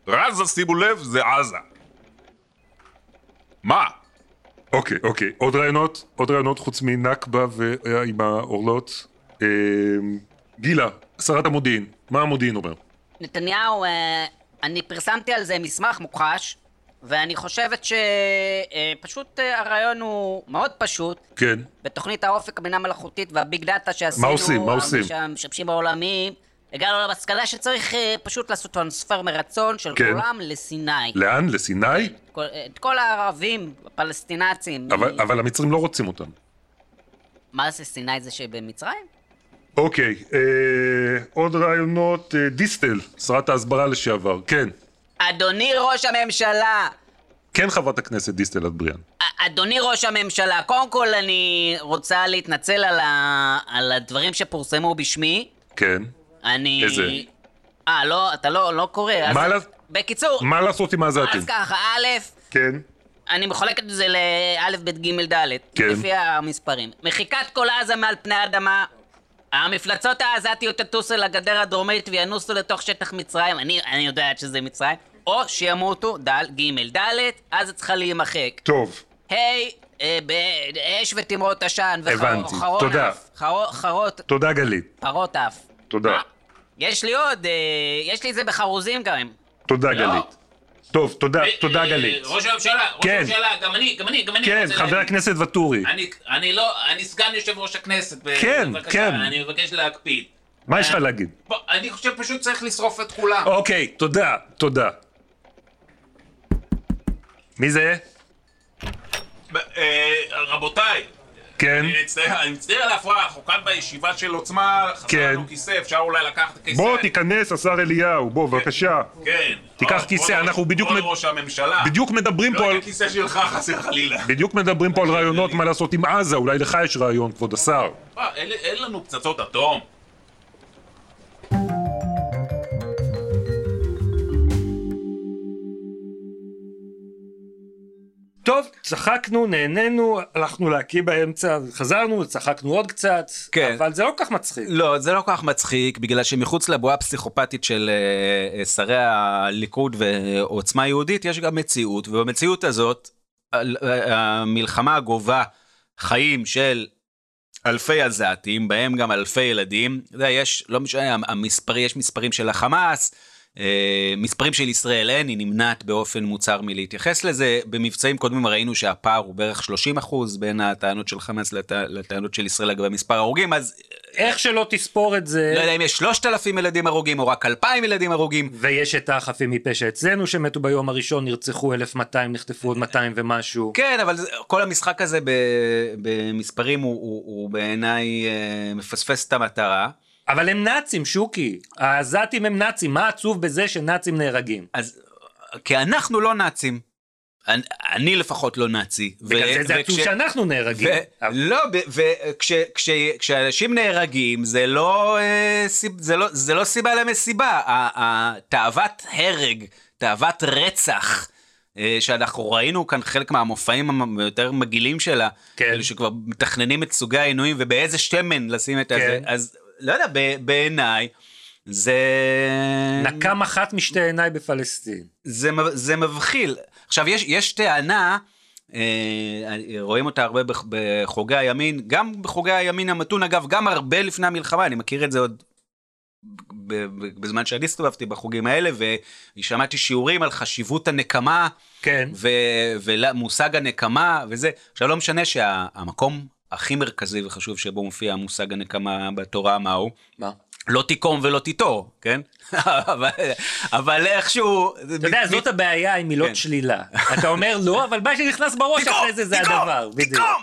D: רזה, שימו לב, זה עזה. מה?
J: אוקיי, אוקיי, עוד רעיונות? עוד רעיונות חוץ מנכבה ועם האורלות? אה, גילה, שרת המודיעין, מה המודיעין אומר?
H: נתניהו, אה, אני פרסמתי על זה מסמך מוכחש, ואני חושבת שפשוט אה, הרעיון הוא מאוד פשוט.
J: כן,
H: בתוכנית האופק הבינה מלאכותית והביג דאטה שעשינו,
J: מה עושים? מה עושים?
H: המשבשים העולמיים, הגענו למסקנה שצריך אה, פשוט לעשות טרנספר מרצון של
J: כן.
H: כולם לסיני.
J: לאן? לסיני?
H: כל- אה, את כל הערבים, הפלסטינצים.
J: אבל אבל המצרים לא רוצים אותם.
H: מה זה סיני זה שבמצרים?
J: אוקיי, אה, עוד רעיונות, אה, דיסטל, שרת ההסברה לשעבר, כן,
H: אדוני ראש הממשלה,
J: כן חברת הכנסת דיסטל אטבריאן.
H: אדוני ראש הממשלה, קודם כל אני רוצה להתנצל על, ה... על הדברים שפורסמו בשמי.
J: כן,
H: אני...
J: איזה?
H: אה, לא, אתה לא, לא קורא. אז...
J: מה לעשות?
H: בקיצור,
J: מה לא לעשות עם העזתים?
H: אז ככה, א',
J: כן.
H: אני מחלק את זה לא', לאלף, בית, גימל, דלת.
J: כן.
H: לפי המספרים. מחיקת כל עזה מעל פני האדמה. המפלצות העזתיות תטוסו לגדר הדרומית וינוסו לתוך שטח מצרים. אני, אני יודעת שזה מצרים. או שימותו, דל, ג', ד', אז צריכה להימחק.
J: טוב,
H: היי, אה, ב- אש ותמרות עשן
J: הבנתי.
H: וחרון
J: תודה.
H: אף. חרו- חרות,
J: תודה גלית,
H: פרות אף.
J: תודה.
H: יש לי עוד, אה, יש לי את זה בחרוזים גם.
J: תודה
E: לא.
J: גלית. טוב, תודה, תודה גלית.
E: אה, ראש הממשלה, ראש
J: כן.
E: הממשלה, גם אני, גם אני, גם אני
J: כן,
E: רוצה
J: חבר
E: להגיד.
J: הכנסת ואטורי.
E: אני, אני לא, אני סגן יושב ראש הכנסת. ב-
J: כן,
E: בבקשה,
J: כן.
E: אני מבקש להקפיד.
J: מה יש לך להגיד?
E: בוא, אני חושב פשוט צריך לשרוף את כולם.
J: אוקיי, תודה, תודה. מי זה?
D: אה, רבותיי,
J: כן,
D: אני מצטער- אני מצטער על ההפרעה, אנחנו כאן בישיבה של עוצמה, חסר
J: כן.
D: לנו כיסא, אפשר אולי לקחת כיסא.
J: בוא תיכנס השר אליהו, בוא בבקשה.
E: לא
D: כן.
J: תיקח
D: כבוד
J: כיסא,
D: ראש-
J: אנחנו בדיוק
D: כבוד
J: מד-
D: ראש הממשלה.
J: בדיוק מדברים פה
D: לא
J: על...
D: את הכיסא שלך, חס וחלילה.
J: בדיוק מדברים פה על רעיונות מה לעשות עם עזה, אולי לך יש רעיון, כבוד השר.
D: מה, אין אין לנו פצצות אטום.
A: טוב, צחקנו, נהנינו, הלכנו להקיא באמצע, חזרנו, צחקנו עוד קצת,
C: כן.
A: אבל זה לא כל כך מצחיק.
C: לא, זה לא כל כך מצחיק, בגלל שמחוץ לבועה הפסיכופתית של אה, אה, שרי הליכוד ועוצמה יהודית, יש גם מציאות, ובמציאות הזאת, ה- ה- המלחמה גובה חיים של אלפי עזתים, בהם גם אלפי ילדים. אתה יודע, יש, לא משנה, המספר, יש מספרים של החמאס, אה, מספרים של ישראל אין, היא נמנעת באופן מוצהר מלהתייחס לזה. במבצעים קודמים ראינו שהפער הוא בערך 30 אחוז בין הטענות של חמאס לטע- לטענות של ישראל לגבי מספר ההרוגים, אז
A: איך שלא תספור את זה...
C: לא יודע אם יש 3,000 ילדים הרוגים או רק 2,000 ילדים הרוגים.
A: ויש את החפים מפשע אצלנו שמתו ביום הראשון, נרצחו 1200, נחטפו עוד 200 ומשהו.
C: כן, אבל זה- כל המשחק הזה ב- במספרים הוא, הוא, הוא בעיניי אה, מפספס את המטרה.
A: אבל הם נאצים, שוקי. העזתים הם נאצים, מה עצוב בזה שנאצים נהרגים?
C: אז כי אנחנו לא נאצים. אני, אני לפחות לא נאצי.
A: בגלל זה זה עצוב שאנחנו נהרגים.
C: ו- לא, וכשאנשים נהרגים זה לא, אה, סיב- זה לא, זה לא סיבה למסיבה. ה- ה- תאוות הרג, תאוות רצח, אה, שאנחנו ראינו כאן חלק מהמופעים היותר מגעילים שלה, כן. שכבר מתכננים את סוגי העינויים ובאיזה שמן לשים את הזה, אז לא יודע, ב- בעיניי זה...
A: נקם אחת משתי עיניי בפלסטין.
C: זה, מב- זה מבחיל. עכשיו, יש, יש טענה, אה, רואים אותה הרבה בח- בחוגי הימין, גם בחוגי הימין המתון, אגב, גם הרבה לפני המלחמה, אני מכיר את זה עוד ב- ב- בזמן שאני הסתובבתי בחוגים האלה, ושמעתי שיעורים על חשיבות הנקמה,
A: כן.
C: ומושג הנקמה וזה. עכשיו, לא משנה שהמקום הכי מרכזי וחשוב שבו מופיע המושג הנקמה בתורה, מה הוא?
A: מה?
C: לא תיקום ולא תיטור, כן? <laughs> אבל, אבל איכשהו...
A: אתה יודע, זאת הבעיה עם מילות
C: כן.
A: שלילה. אתה אומר לא, אבל מה שנכנס בראש אחרי זה זה הדבר. תיקום!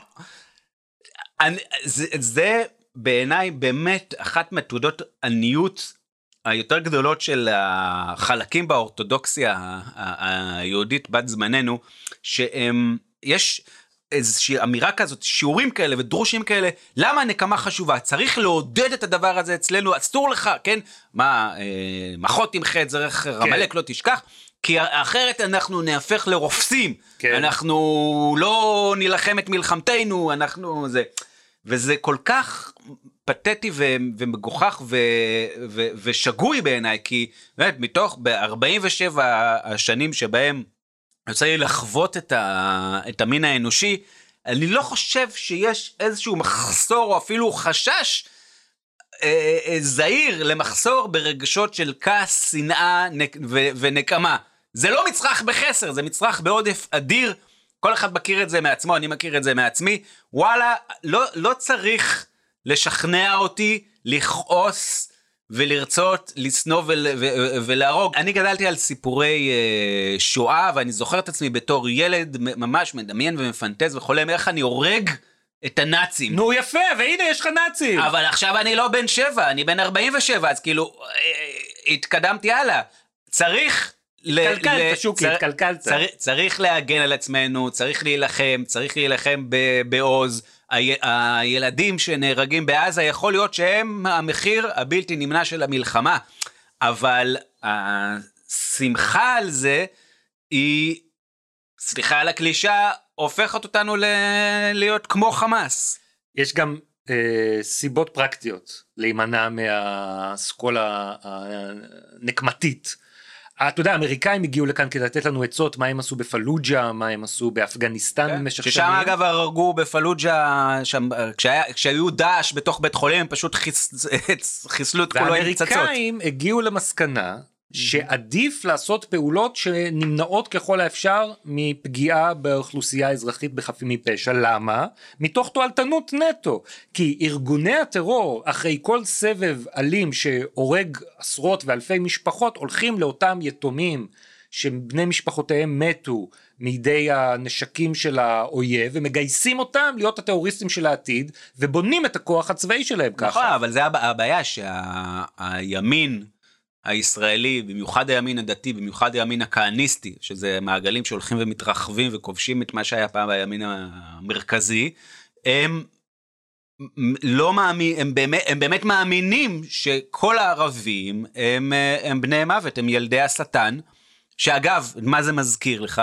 C: אני, זה, זה בעיניי באמת אחת מתעודות עניות היותר גדולות של החלקים באורתודוקסיה ה- ה- היהודית בת זמננו, שהם, יש איזושהי אמירה כזאת, שיעורים כאלה ודרושים כאלה, למה הנקמה חשובה? צריך לעודד את הדבר הזה אצלנו, אסור לך, כן? מה, אה, מחות תמחה את זרח רמלק לא תשכח? כי אחרת אנחנו נהפך לרופסים, כן. אנחנו לא נילחם את מלחמתנו, אנחנו זה. וזה כל כך פתטי ו- ומגוחך ו- ו- ושגוי בעיניי, כי באמת, מתוך, ב-47 השנים שבהם יוצא לי לחוות את, ה- את המין האנושי, אני לא חושב שיש איזשהו מחסור או אפילו חשש אה, אה, זהיר למחסור ברגשות של כעס, שנאה נק- ו- ונקמה. זה לא מצרך בחסר, זה מצרך בעודף אדיר. כל אחד מכיר את זה מעצמו, אני מכיר את זה מעצמי. וואלה, לא, לא צריך לשכנע אותי לכעוס ולרצות, לשנוא ול, ו, ו, ולהרוג. אני גדלתי על סיפורי אה, שואה, ואני זוכר את עצמי בתור ילד מ- ממש מדמיין ומפנטז וחולם איך אני הורג את הנאצים.
A: נו יפה, והנה יש לך נאצים.
C: אבל עכשיו אני לא בן שבע, אני בן 47, אז כאילו, אה, אה, התקדמתי הלאה. צריך... ל-
A: התקלקלת,
C: אה, ל-
A: שוקי,
C: צר-
A: התקלקלת.
C: צר- צריך להגן על עצמנו, צריך להילחם, צריך להילחם ב- בעוז. הי- הילדים שנהרגים בעזה, יכול להיות שהם המחיר הבלתי נמנע של המלחמה. אבל השמחה על זה היא, סליחה על הקלישה, הופכת אותנו ל... להיות כמו חמאס.
A: יש גם אה, סיבות פרקטיות להימנע מהאסכולה הנקמתית. אתה יודע, האמריקאים הגיעו לכאן כדי לתת לנו עצות מה הם עשו בפלוג'ה, מה הם עשו באפגניסטן במשך שנים.
C: כן. ששם אגב הרגו בפלוג'ה, שם, כשהיה, כשהיו דאעש בתוך בית חולים הם פשוט חיס, <laughs> חיסלו את כולו עם פצצות.
A: והאמריקאים הגיעו למסקנה שעדיף לעשות פעולות שנמנעות ככל האפשר מפגיעה באוכלוסייה האזרחית בחפים מפשע. למה? מתוך תועלתנות נטו. כי ארגוני הטרור, אחרי כל סבב אלים שהורג עשרות ואלפי משפחות, הולכים לאותם יתומים שבני משפחותיהם מתו מידי הנשקים של האויב, ומגייסים אותם להיות הטרוריסטים של העתיד, ובונים את הכוח הצבאי שלהם כן, ככה.
C: נכון, אבל זה הבע- הבעיה שהימין הישראלי, במיוחד הימין הדתי, במיוחד הימין הכהניסטי, שזה מעגלים שהולכים ומתרחבים וכובשים את מה שהיה פעם הימין המרכזי, הם מ- לא מאמין, הם באמת, הם באמת מאמינים שכל הערבים הם, אה, הם בני מוות, הם ילדי השטן, שאגב, מה זה מזכיר לך?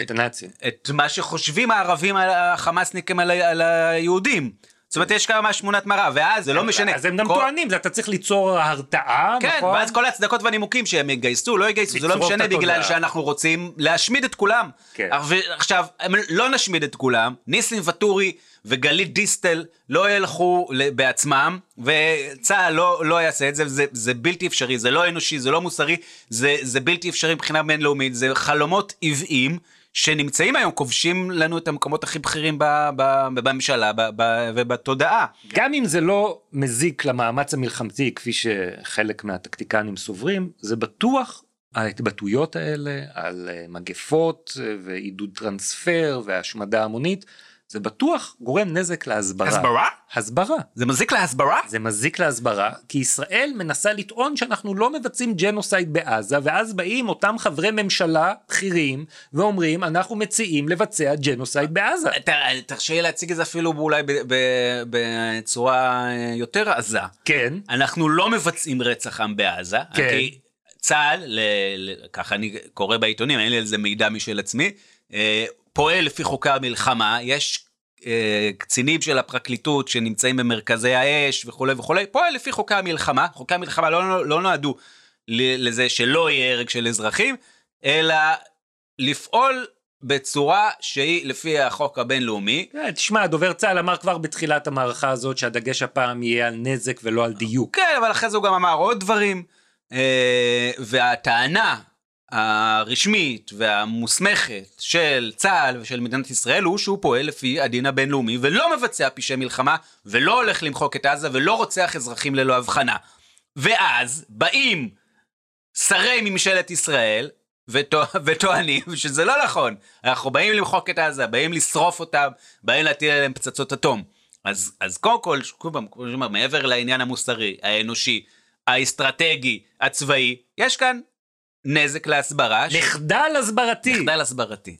A: את הנאצים.
C: את מה שחושבים הערבים על החמאסניקים על ה- על היהודים. זאת אומרת, יש כמה שמונת מראה, ואז זה לא משנה.
A: אז הם גם
C: כל-
A: טוענים, זה אתה צריך ליצור הרתעה,
C: כן,
A: נכון?
C: ואז כל ההצדקות והנימוקים שהם יגייסו, לא יגייסו, זה לא
A: לצרוב את
C: משנה בגלל
A: התודעה.
C: שאנחנו רוצים להשמיד את כולם.
A: כן.
C: עכשיו, הם לא נשמיד את כולם, ניסים ואטורי וגלית דיסטל לא ילכו ל- בעצמם, וצה"ל לא, לא יעשה את זה, זה, זה בלתי אפשרי, זה לא אנושי, זה לא מוסרי, זה, זה בלתי אפשרי מבחינה בינלאומית, זה חלומות עוועים. שנמצאים היום, כובשים לנו את המקומות הכי בכירים ב- ב- בממשלה ב- ב- ובתודעה.
A: גם אם זה לא מזיק למאמץ המלחמתי, כפי שחלק מהטקטיקנים סוברים, זה בטוח ההתבטאויות האלה על אה, מגפות אה, ועידוד טרנספר והשמדה המונית, זה בטוח גורם נזק להסברה.
C: הסברה?
A: הסברה.
C: זה מזיק להסברה?
A: זה מזיק להסברה, כי ישראל מנסה לטעון שאנחנו לא מבצעים ג'נוסייד בעזה, ואז באים אותם חברי ממשלה בכירים ואומרים, אנחנו מציעים לבצע ג'נוסייד בעזה.
C: ת- תרשה לי להציג את זה אפילו אולי ב- ב- בצורה אה, יותר עזה.
A: כן.
C: אנחנו לא מבצעים רצח עם בעזה.
A: כן.
C: כי צה"ל, ל- ל- ככה אני קורא בעיתונים, אין לי על זה מידע משל עצמי, אה, פועל לפי חוקי המלחמה, יש אה, קצינים של הפרקליטות שנמצאים במרכזי האש וכולי וכולי, פועל לפי חוקי המלחמה. חוקי המלחמה לא, לא נועדו ל- לזה שלא יהיה הרג של אזרחים, אלא לפעול בצורה שהיא לפי החוק הבינלאומי.
A: אה, תשמע, דובר צה"ל אמר כבר בתחילת המערכה הזאת שהדגש הפעם יהיה על נזק ולא על דיוק.
C: כן, אבל אחרי זה הוא גם אמר עוד דברים. אה, והטענה הרשמית והמוסמכת של צה"ל ושל מדינת ישראל הוא שהוא פועל לפי הדין הבינלאומי ולא מבצע פשעי מלחמה ולא הולך למחוק את עזה ולא רוצח אזרחים ללא הבחנה. ואז באים שרי ממשלת ישראל וטוע- וטוענים שזה לא נכון. אנחנו באים למחוק את עזה, באים לשרוף אותם, באים להטיל עליהם פצצות אטום. אז, אז קודם כל, שוב פעם, כמו שאומר, מעבר לעניין המוסרי, האנושי, האסטרטגי, הצבאי, יש כאן נזק להסברה. אה, ש-
A: מחדל הסברתי.
C: מחדל הסברתי.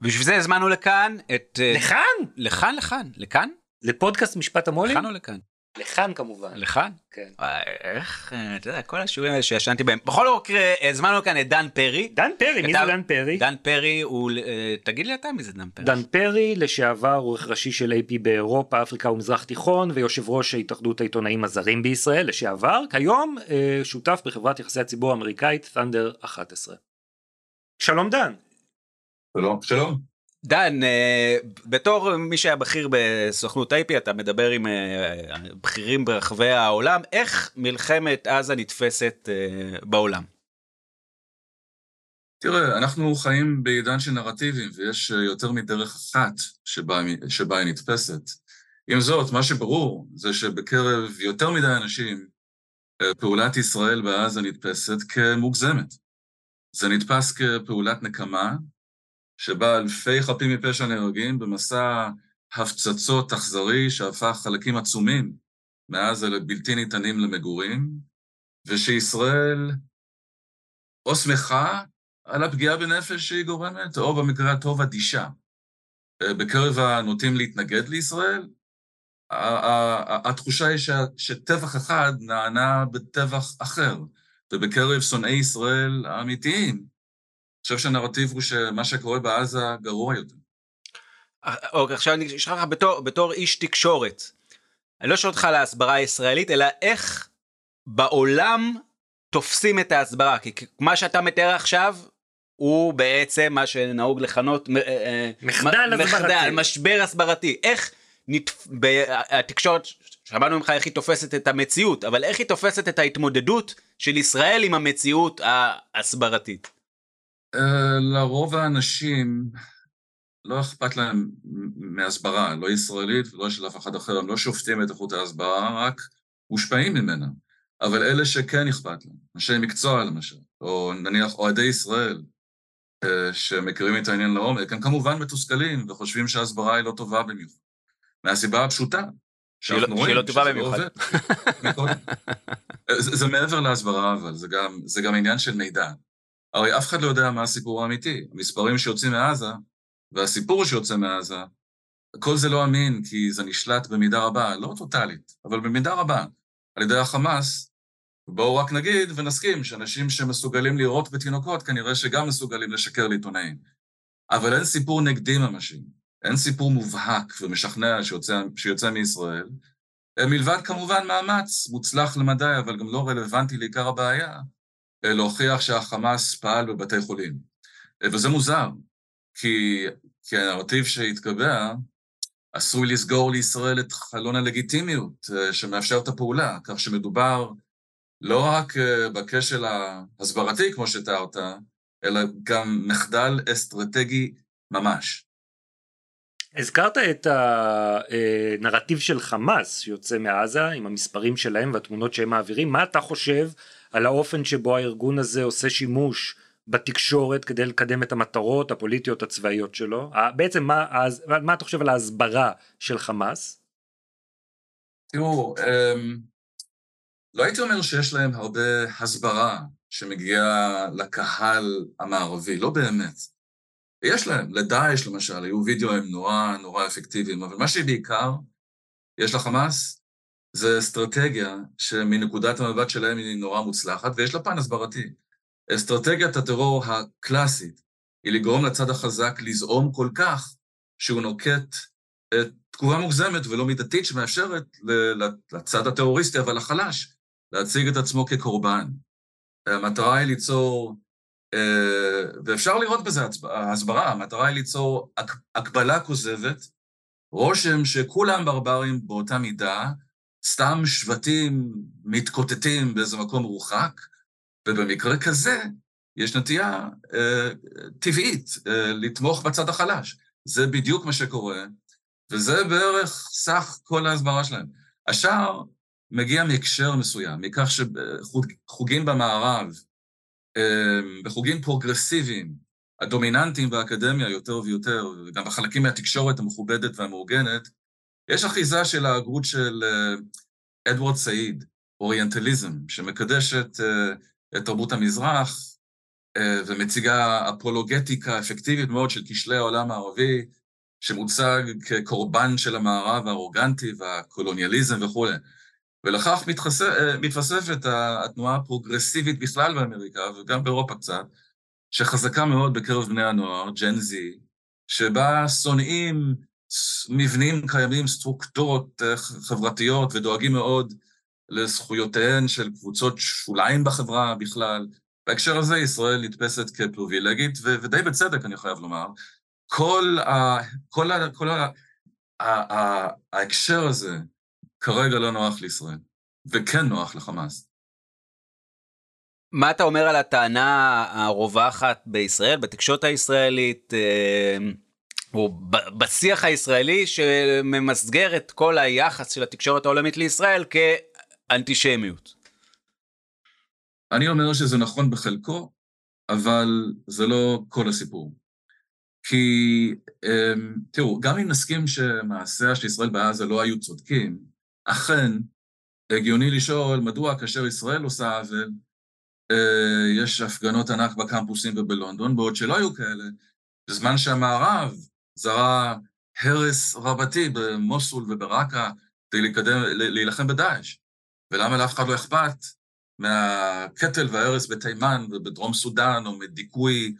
C: בשביל זה הזמנו לכאן את... אה,
A: לכאן?
C: לכאן, לכאן, לכאן?
A: לפודקאסט משפט המו"לים?
C: לכאן לא. או לכאן?
A: לכאן כמובן.
C: לכאן?
A: כן.
C: וואי, איך, אה, אתה יודע, כל השיעורים האלה שישנתי בהם. בכל מקרה, הזמנו כאן את דן פרי.
A: דן פרי, מי זה דן פרי?
C: דן פרי הוא, אה, תגיד לי אתה מי זה דן פרי.
A: דן פרי, לשעבר עורך ראשי של AP באירופה, אפריקה ומזרח תיכון, ויושב ראש התאחדות העיתונאים הזרים בישראל, לשעבר, כיום אה, שותף בחברת יחסי הציבור האמריקאית, Thunder 11. שלום דן.
J: שלום, שלום.
C: דן, אה, בתור מי שהיה בכיר בסוכנות AP, אתה מדבר עם אה, בכירים ברחבי העולם, איך מלחמת עזה נתפסת אה, בעולם?
J: תראה, אנחנו חיים בעידן של נרטיבים, ויש אה, יותר מדרך אחת שבה, שבה היא נתפסת. עם זאת, מה שברור זה שבקרב יותר מדי אנשים, אה, פעולת ישראל בעזה נתפסת כמוגזמת. זה נתפס כפעולת נקמה, שבה אלפי חפים מפשע נהרגים במסע הפצצות אכזרי שהפך חלקים עצומים מעזה לבלתי ניתנים למגורים, ושישראל או שמחה על הפגיעה בנפש שהיא גורמת, או במקרה הטוב אדישה. אה, בקרב הנוטים להתנגד לישראל, ה- ה- ה- התחושה היא שה- שטבח אחד נענה בטבח אחר, ובקרב שונאי ישראל האמיתיים, אני חושב שהנרטיב הוא שמה שקורה בעזה גרוע יותר.
C: אה, אוקיי, עכשיו אני אשאל לך בתור, בתור איש תקשורת, אני לא שואל אותך על ההסברה הישראלית, אלא איך בעולם תופסים את ההסברה, כי כי מה שאתה מתאר עכשיו, הוא בעצם מה שנהוג לכנות מ- אה, אה,
A: מחדל
C: מ-
A: הסברתי.
C: מחדל, משבר הסברתי. איך נתפ... ב... התקשורת, ש- שמענו ממך איך היא תופסת את המציאות, אבל איך היא תופסת את ההתמודדות של ישראל עם המציאות ההסברתית?
J: אה, לרוב האנשים לא אכפת להם מ- מהסברה, לא ישראלית ולא של אף אחד אחר, הם לא שופטים את איכות ההסברה, רק מושפעים ממנה. אבל אלה שכן אכפת להם, אנשי מקצוע למשל, או נניח אוהדי ישראל, אה, שמכירים את העניין לעומק, הם כמובן מתוסכלים וחושבים שההסברה היא לא טובה במיוחד. מהסיבה הפשוטה,
C: שהיא לא-
J: שאנחנו רואים
C: שהיא לא טובה
J: שזה
C: במיוחד.
J: עובד. מקודם. אה, זה, זה מעבר להסברה, אבל זה גם, זה גם עניין של מידע. הרי אף אחד לא יודע מה הסיפור האמיתי. המספרים שיוצאים מעזה, והסיפור שיוצא מעזה, כל זה לא אמין, כי זה נשלט במידה רבה, לא טוטאלית, אבל במידה רבה, על ידי החמאס. בואו רק נגיד ונסכים שאנשים שמסוגלים לירות בתינוקות, כנראה שגם מסוגלים לשקר לעיתונאים. אבל אין סיפור נגדי ממשי, אין סיפור מובהק ומשכנע שיוצא, שיוצא מישראל, אה, מלבד כמובן מאמץ מוצלח למדי, אבל גם לא רלוונטי לעיקר הבעיה, אה, להוכיח שהחמאס פעל בבתי חולים. אה, וזה מוזר, כי, כי הנרטיב שהתקבע עשוי לסגור לישראל את חלון הלגיטימיות אה, שמאפשר את הפעולה, כך שמדובר לא רק בכשל ההסברתי, כמו שתיארת, אלא גם מחדל אסטרטגי ממש.
A: הזכרת את הנרטיב של חמאס שיוצא מעזה עם המספרים שלהם והתמונות שהם מעבירים, מה אתה חושב על האופן שבו הארגון הזה עושה שימוש בתקשורת כדי לקדם את המטרות הפוליטיות הצבאיות שלו? בעצם מה, אז, מה אתה חושב על ההסברה של חמאס?
J: תראו, לא הייתי אומר שיש להם הרבה אה, הסברה שמגיעה לקהל המערבי, לא באמת. יש להם, לדאעש למשל, היו וידאוים נורא נורא אפקטיביים, אבל מה שבעיקר יש לחמאס זה אסטרטגיה שמנקודת המבט שלהם היא נורא מוצלחת, ויש לה פן הסברתי. אסטרטגיית הטרור הקלאסית היא לגרום לצד החזק לזעום כל כך שהוא נוקט אה, תגובה מוגזמת ולא מידתית שמאפשרת לצד הטרוריסטי, אבל החלש, להציג את עצמו כקורבן. המטרה היא ליצור, אה, ואפשר לראות בזה הסברה, המטרה היא ליצור הקבלה כוזבת, רושם שכולם ברברים באותה מידה, סתם שבטים מתקוטטים באיזה מקום רוחק, ובמקרה כזה יש נטייה אה, טבעית אה, לתמוך בצד החלש. זה בדיוק מה שקורה, וזה בערך סך כל ההסברה שלהם. השאר מגיע מהקשר מסוים, מכך שחוגים במערב, בחוגים פרוגרסיביים, הדומיננטיים באקדמיה יותר ויותר, וגם בחלקים מהתקשורת המכובדת והמאורגנת, יש אחיזה של ההגות של אה, אדוארד סעיד, אוריינטליזם, שמקדשת את תרבות המזרח אה, ומציגה אפולוגטיקה אפקטיבית מאוד של כשלי העולם הערבי, שמוצג כקורבן של המערב הארוגנטי והקולוניאליזם וכולי. ולכך מתחשפת מתחשף אה, התנועה הפרוגרסיבית בכלל באמריקה, וגם באירופה קצת, שחזקה מאוד בקרב בני הנוער, ג'ן זי, שבה שונאים מבנים קיימים, סטרוקטורות אה, חברתיות, ודואגים מאוד לזכויותיהן של קבוצות שוליים בחברה בכלל. בהקשר הזה ישראל נתפסת כפריבילגית, ודי בצדק, אני חייב לומר, כל, ה, כל, ה, כל ה, ה, ה, ההקשר הזה כרגע לא נוח לישראל, וכן נוח לחמאס.
C: מה אתה אומר על הטענה הרווחת בישראל, בתקשורת הישראלית, אה, או בשיח הישראלי, שממסגר את כל היחס של התקשורת העולמית לישראל כאנטישמיות?
J: אני אומר שזה נכון בחלקו, אבל זה לא כל הסיפור. כי תראו, גם אם נסכים שמעשיה של ישראל בעזה לא היו צודקים, אכן, הגיוני לשאול מדוע כאשר ישראל עושה עוול, אה, יש הפגנות ענק בקמפוסים ובלונדון, בעוד שלא היו כאלה, בזמן שהמערב זרע הרס רבתי במוסול וברקה כדי לקדם, להילחם בדאעש. ולמה לאף אחד לא אכפת מהקטל וההרס בתימן ובדרום סודאן, או מדיכוי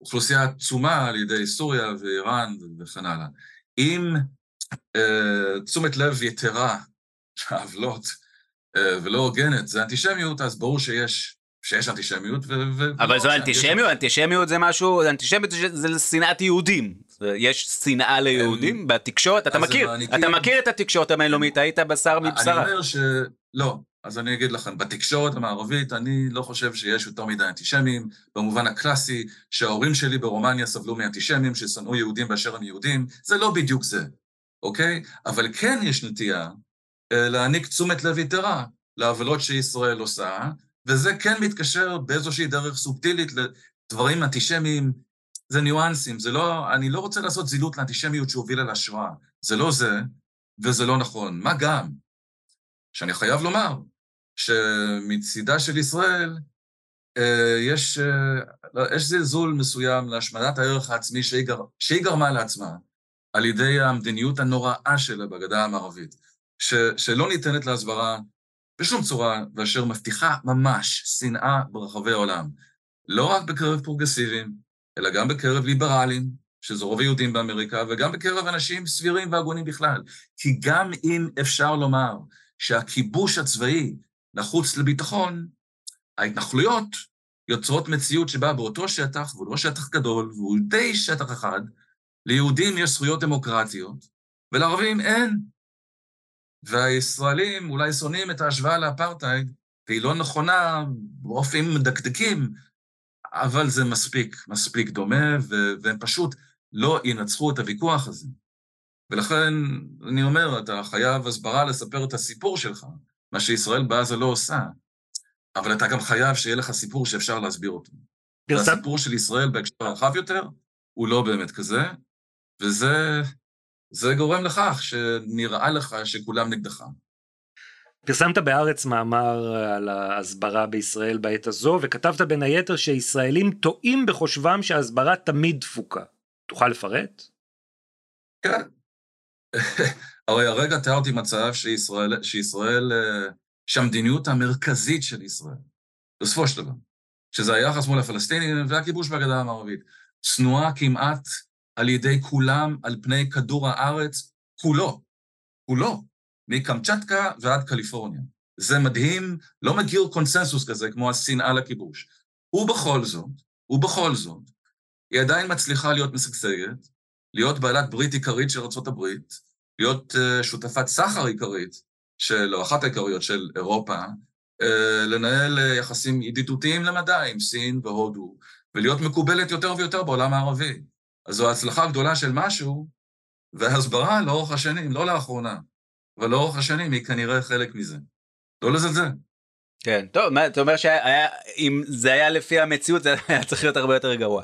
J: אוכלוסייה עצומה על ידי סוריה ואיראן וכן הלאה. עם אה, תשומת לב יתרה לעוולות אה, ולא הוגנת זה אנטישמיות, אז ברור שיש, שיש אנטישמיות. ו, ו,
C: אבל זו אנטישמיות, אנטישמיות זה משהו, אנטישמיות זה שנאת יהודים. יש שנאה ליהודים בתקשורת, אתה מכיר, אתה מכיר את התקשורת הבינלאומית, היית בשר מבשרה.
J: אני אומר ש... לא, אז אני אגיד לכם, בתקשורת המערבית אני לא חושב שיש יותר מדי אנטישמים, במובן הקלאסי שההורים שלי ברומניה סבלו מאנטישמים ששנאו יהודים באשר הם יהודים, זה לא בדיוק זה, אוקיי? אבל כן יש נטייה אה, להעניק תשומת לב יתרה לעוולות שישראל עושה, וזה כן מתקשר באיזושהי דרך סובטילית לדברים אנטישמיים, זה ניואנסים, זה לא, אני לא רוצה לעשות זילות לאנטישמיות שהובילה לשואה, זה לא זה, וזה לא נכון. מה גם? שאני חייב לומר, שמצידה של ישראל אה, יש, אה, יש זלזול מסוים להשמדת הערך העצמי שהיא, גר, שהיא גרמה לעצמה על ידי המדיניות הנוראה שלה בגדה המערבית, ש, שלא ניתנת להסברה בשום צורה, ואשר מבטיחה ממש שנאה ברחבי העולם, לא רק בקרב פרוגרסיביים, אלא גם בקרב ליברלים, שזה רוב היהודים באמריקה, וגם בקרב אנשים סבירים והגונים בכלל. כי גם אם אפשר לומר שהכיבוש הצבאי נחוץ לביטחון, ההתנחלויות יוצרות מציאות שבה באותו שטח, והוא לא שטח גדול, והוא די שטח אחד, ליהודים יש זכויות דמוקרטיות, ולערבים אין. והישראלים אולי שונאים את ההשוואה לאפרטהייד, והיא לא נכונה באופן מדקדקים, אבל זה מספיק, מספיק דומה, ו- והם פשוט לא ינצחו את הוויכוח הזה. ולכן, אני אומר, אתה חייב הסברה לספר את הסיפור שלך, מה שישראל בעזה לא עושה, אבל אתה גם חייב שיהיה לך סיפור שאפשר להסביר אותו. והסיפור של ישראל בהקשר הרחב יותר, הוא לא באמת כזה, וזה זה גורם לכך שנראה לך שכולם נגדך.
A: פרסמת בהארץ מאמר על ההסברה בישראל בעת הזו, וכתבת בין היתר שישראלים טועים בחושבם שההסברה תמיד דפוקה. תוכל לפרט?
J: כן. הרי הרגע תיארתי מצב שישראל, שישראל, שהמדיניות המרכזית של ישראל, בסופו של דבר, שזה היחס מול הפלסטינים והכיבוש בגדה המערבית, צנועה כמעט על ידי כולם על פני כדור הארץ כולו, כולו, מקמצ'טקה ועד קליפורניה. זה מדהים, לא מכיר קונסנזוס כזה כמו השנאה לכיבוש. ובכל זאת, ובכל זאת, היא עדיין מצליחה להיות משגשגת, להיות בעלת ברית עיקרית של ארה"ב, להיות uh, שותפת סחר עיקרית, של, או אחת העיקריות של אירופה, uh, לנהל uh, יחסים ידידותיים למדע עם סין והודו, ולהיות מקובלת יותר ויותר בעולם הערבי. אז זו הצלחה גדולה של משהו, והסברה לאורך השנים, לא לאחרונה, אבל לאורך השנים היא כנראה חלק מזה. לא לזלזל.
C: כן, טוב, מה, אתה אומר שאם זה היה לפי המציאות זה <laughs> היה צריך להיות הרבה יותר גרוע.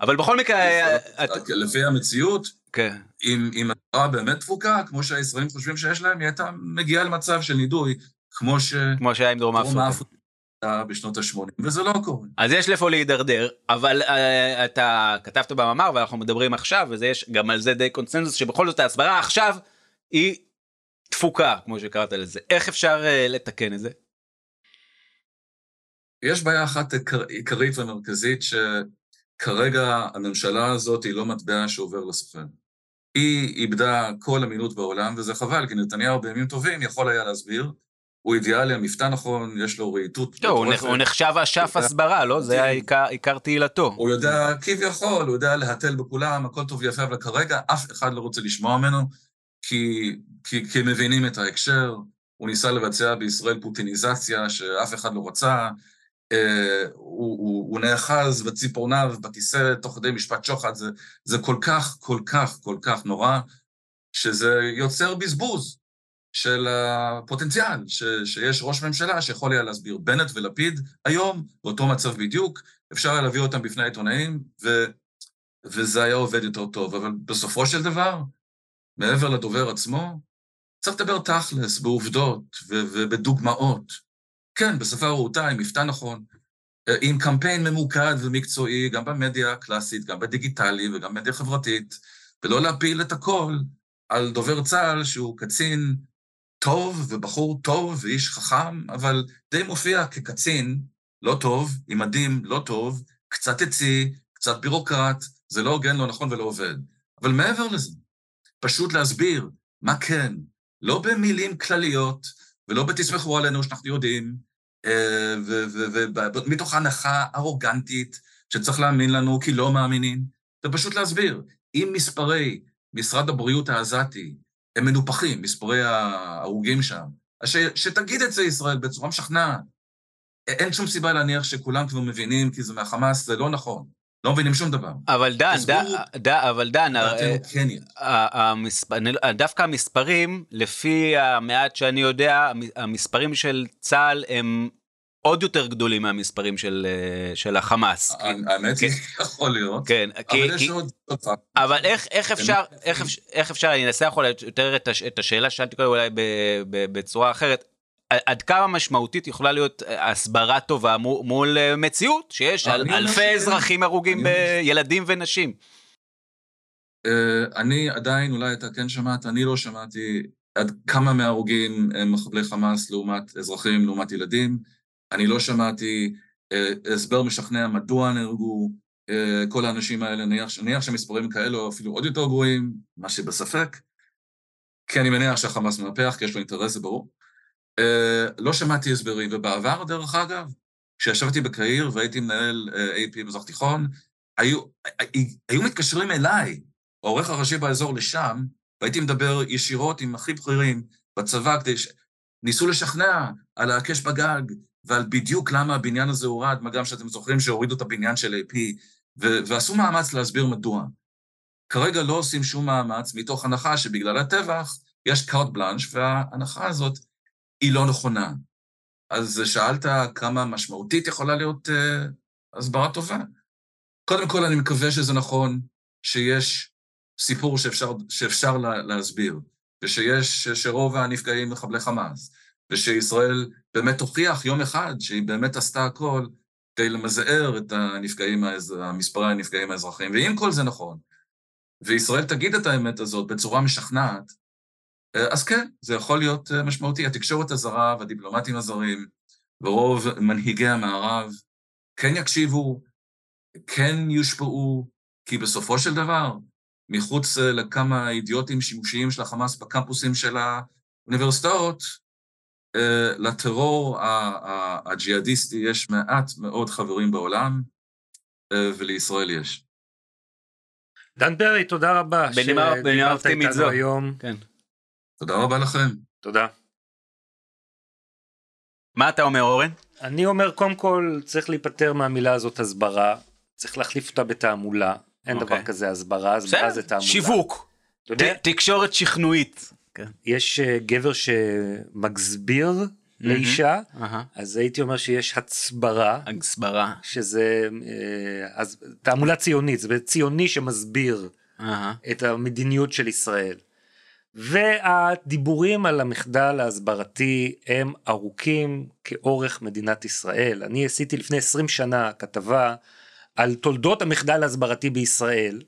C: אבל בכל מקרה... היה,
J: את... אה, לפי המציאות,
C: כן.
J: אם, אם התורה באמת תפוקה, כמו שהישראלים חושבים שיש להם, היא הייתה מגיעה למצב של נידוי, כמו ש...
C: כמו שהיה עם דרום אפריקה.
J: בשנות ה-80, וזה לא קורה.
C: אז יש לאיפה להידרדר, אבל uh, אתה כתבת במאמר ואנחנו מדברים עכשיו, ויש גם על זה די קונצנזוס, שבכל זאת ההסברה עכשיו היא תפוקה, כמו שקראת לזה. איך אפשר uh, לתקן את זה?
J: יש בעיה אחת עיקרית ומרכזית, שכרגע הממשלה הזאת היא לא מטבע שעובר לסוכן. היא איבדה כל אמינות בעולם, וזה חבל, כי נתניהו בימים טובים יכול היה להסביר, הוא אידיאלי, המבטא נכון, יש לו רהיטות.
C: לא, הוא, הוא נחשב אשף הסברה, לא? זה היה עיקר תהילתו.
J: אה, כן. הוא יודע כביכול, הוא יודע להתל בכולם, הכל טוב ויפה, אבל כרגע אף אחד לא רוצה לשמוע ממנו, כי, כי, כי מבינים את ההקשר. הוא ניסה לבצע בישראל פוטיניזציה שאף אחד לא רצה. אה, הוא, הוא, הוא נאחז בציפורניו, בכיסא, תוך כדי משפט שוחד. זה, זה כל כך, כל כך, כל כך נורא, שזה יוצר בזבוז. של הפוטנציאל ש, שיש ראש ממשלה שיכול היה להסביר. בנט ולפיד היום, באותו מצב בדיוק, אפשר היה להביא אותם בפני העיתונאים, ו, וזה היה עובד יותר טוב. אבל בסופו של דבר, מעבר לדובר עצמו, צריך לדבר תכלס, בעובדות ו, ובדוגמאות. כן, בשפה רהוטה, עם מבטא נכון, עם קמפיין ממוקד ומקצועי, גם במדיה הקלאסית, גם בדיגיטלי וגם במדיה חברתית, ולא להפיל את הכל על דובר צה"ל שהוא קצין טוב ובחור טוב ואיש חכם, אבל די מופיע כקצין לא טוב, עם מדים לא טוב, קצת עצי, קצת בירוקרט, זה לא הוגן, לא נכון ולא עובד. אבל מעבר לזה, פשוט להסביר מה כן, לא במילים כלליות ולא בתסמכו עלינו שאנחנו יודעים, אה, ומתוך הנחה ארוגנטית שצריך להאמין לנו כי לא מאמינים, ופשוט להסביר. אם מספרי משרד הבריאות העזתי הם מנופחים, מספרי ההרוגים שם. ש, שתגיד את זה ישראל בצורה משכנעת. אין שום סיבה להניח שכולם כבר מבינים, כי זה מהחמאס, זה לא נכון. לא מבינים שום דבר.
C: אבל דן, דן, אבל דן, אה,
J: כן
C: לא- דווקא המספרים, לפי המעט שאני יודע, המספרים של צה"ל הם עוד יותר גדולים מהמספרים של, אה, של החמאס.
J: האמת היא, <laughs> יכול להיות.
C: כן,
J: אה, אבל יש עוד...
C: אבל איך אפשר, איך אפשר, אני אנסח אולי יותר את השאלה ששאלתי קודם אולי בצורה אחרת. עד כמה משמעותית יכולה להיות הסברה טובה מול אה, מציאות שיש אלפי אזרחים הרוגים, ילדים ונשים?
J: אני עדיין, אולי אתה כן שמעת, אני לא שמעתי עד כמה מההרוגים הם מחבלי חמאס לעומת אזרחים, לעומת ילדים. אני לא שמעתי אה, הסבר משכנע מדוע נהרגו, אה, כל האנשים האלה, נניח, ש- נניח שמספרים כאלו אפילו עוד יותר גרועים, מה שבספק, כי אני מניח שהחמאס מנפח, כי יש לו אינטרס, זה ברור. אה, לא שמעתי הסברים, ובעבר, דרך אגב, כשישבתי בקהיר והייתי מנהל אה, AP מזרח תיכון, היו, היו, היו מתקשרים אליי, העורך הראשי באזור לשם, והייתי מדבר ישירות עם הכי בכירים בצבא, כדי ש... ניסו לשכנע על הקש בגג ועל בדיוק למה הבניין הזה הורד, מה גם שאתם זוכרים שהורידו את הבניין של AP, ו- ועשו מאמץ להסביר מדוע. כרגע לא עושים שום מאמץ, מתוך הנחה שבגלל הטבח יש קארט בלאנש, וההנחה הזאת היא לא נכונה. אז שאלת כמה משמעותית יכולה להיות uh, הסברה טובה. קודם כל, אני מקווה שזה נכון, שיש סיפור שאפשר, שאפשר לה, להסביר, ושיש, שרוב הנפגעים מחבלי חמאס, ושישראל באמת תוכיח יום אחד שהיא באמת עשתה הכל כדי למזער את הנפגעים, האז- המספרי הנפגעים האזרחיים. ואם כל זה נכון, וישראל תגיד את האמת הזאת בצורה משכנעת, אה, אז כן, זה יכול להיות אה, משמעותי. התקשורת הזרה והדיפלומטים הזרים ורוב מנהיגי המערב כן יקשיבו, כן יושפעו, כי בסופו של דבר, מחוץ אה, לכמה אידיוטים שימושיים של החמאס בקמפוסים של האוניברסיטאות, אה, לטרור ה- ה- הג'יהאדיסטי יש מעט מאוד חברים בעולם, אה, ולישראל יש.
A: דן פרי, תודה רבה
C: בנימה- בנימה
A: שדיברת
C: אופטימית
A: איתנו
C: זו.
A: היום.
C: כן.
J: תודה רבה לכם.
A: תודה.
C: מה אתה אומר אורן?
A: אני אומר קודם כל צריך להיפטר מהמילה הזאת הסברה, צריך להחליף אותה בתעמולה, אין דבר כזה הסברה, הסברה זה תעמולה.
C: אוקיי. שיווק.
A: אתה יודע?
C: תקשורת שכנועית. כן,
A: יש אה, גבר שמגזביר לאישה,
C: אהה.
A: אז הייתי אומר שיש הצברה.
C: הצברה.
A: שזה אה, אז, תעמולה ציונית, זה ציוני שמסביר את המדיניות של ישראל. והדיבורים על המחדל ההסברתי הם ארוכים כאורך מדינת ישראל. אני עשיתי לפני 20 שנה כתבה על תולדות המחדל ההסברתי בישראל,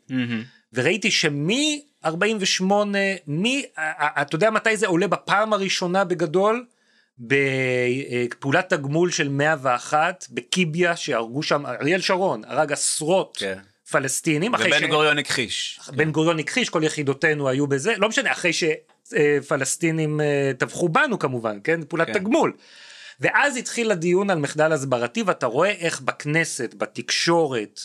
A: וראיתי שמ-48, מי, ה- ה- אתה יודע מתי זה עולה בפעם הראשונה בגדול? בפעולת תגמול של 101 בקיביה שהרגו שם, אריאל שרון הרג עשרות
C: כן.
A: פלסטינים. אחרי
C: ובן
A: ש- אה,
C: גוריון הכחיש.
A: בן גוריון הכחיש, כל יחידותינו היו בזה, לא משנה, אחרי שפלסטינים אה, טבחו בנו כמובן, כן? פעולת
C: כן.
A: תגמול. ואז התחיל הדיון על מחדל הסברתי, ואתה רואה איך בכנסת, בתקשורת,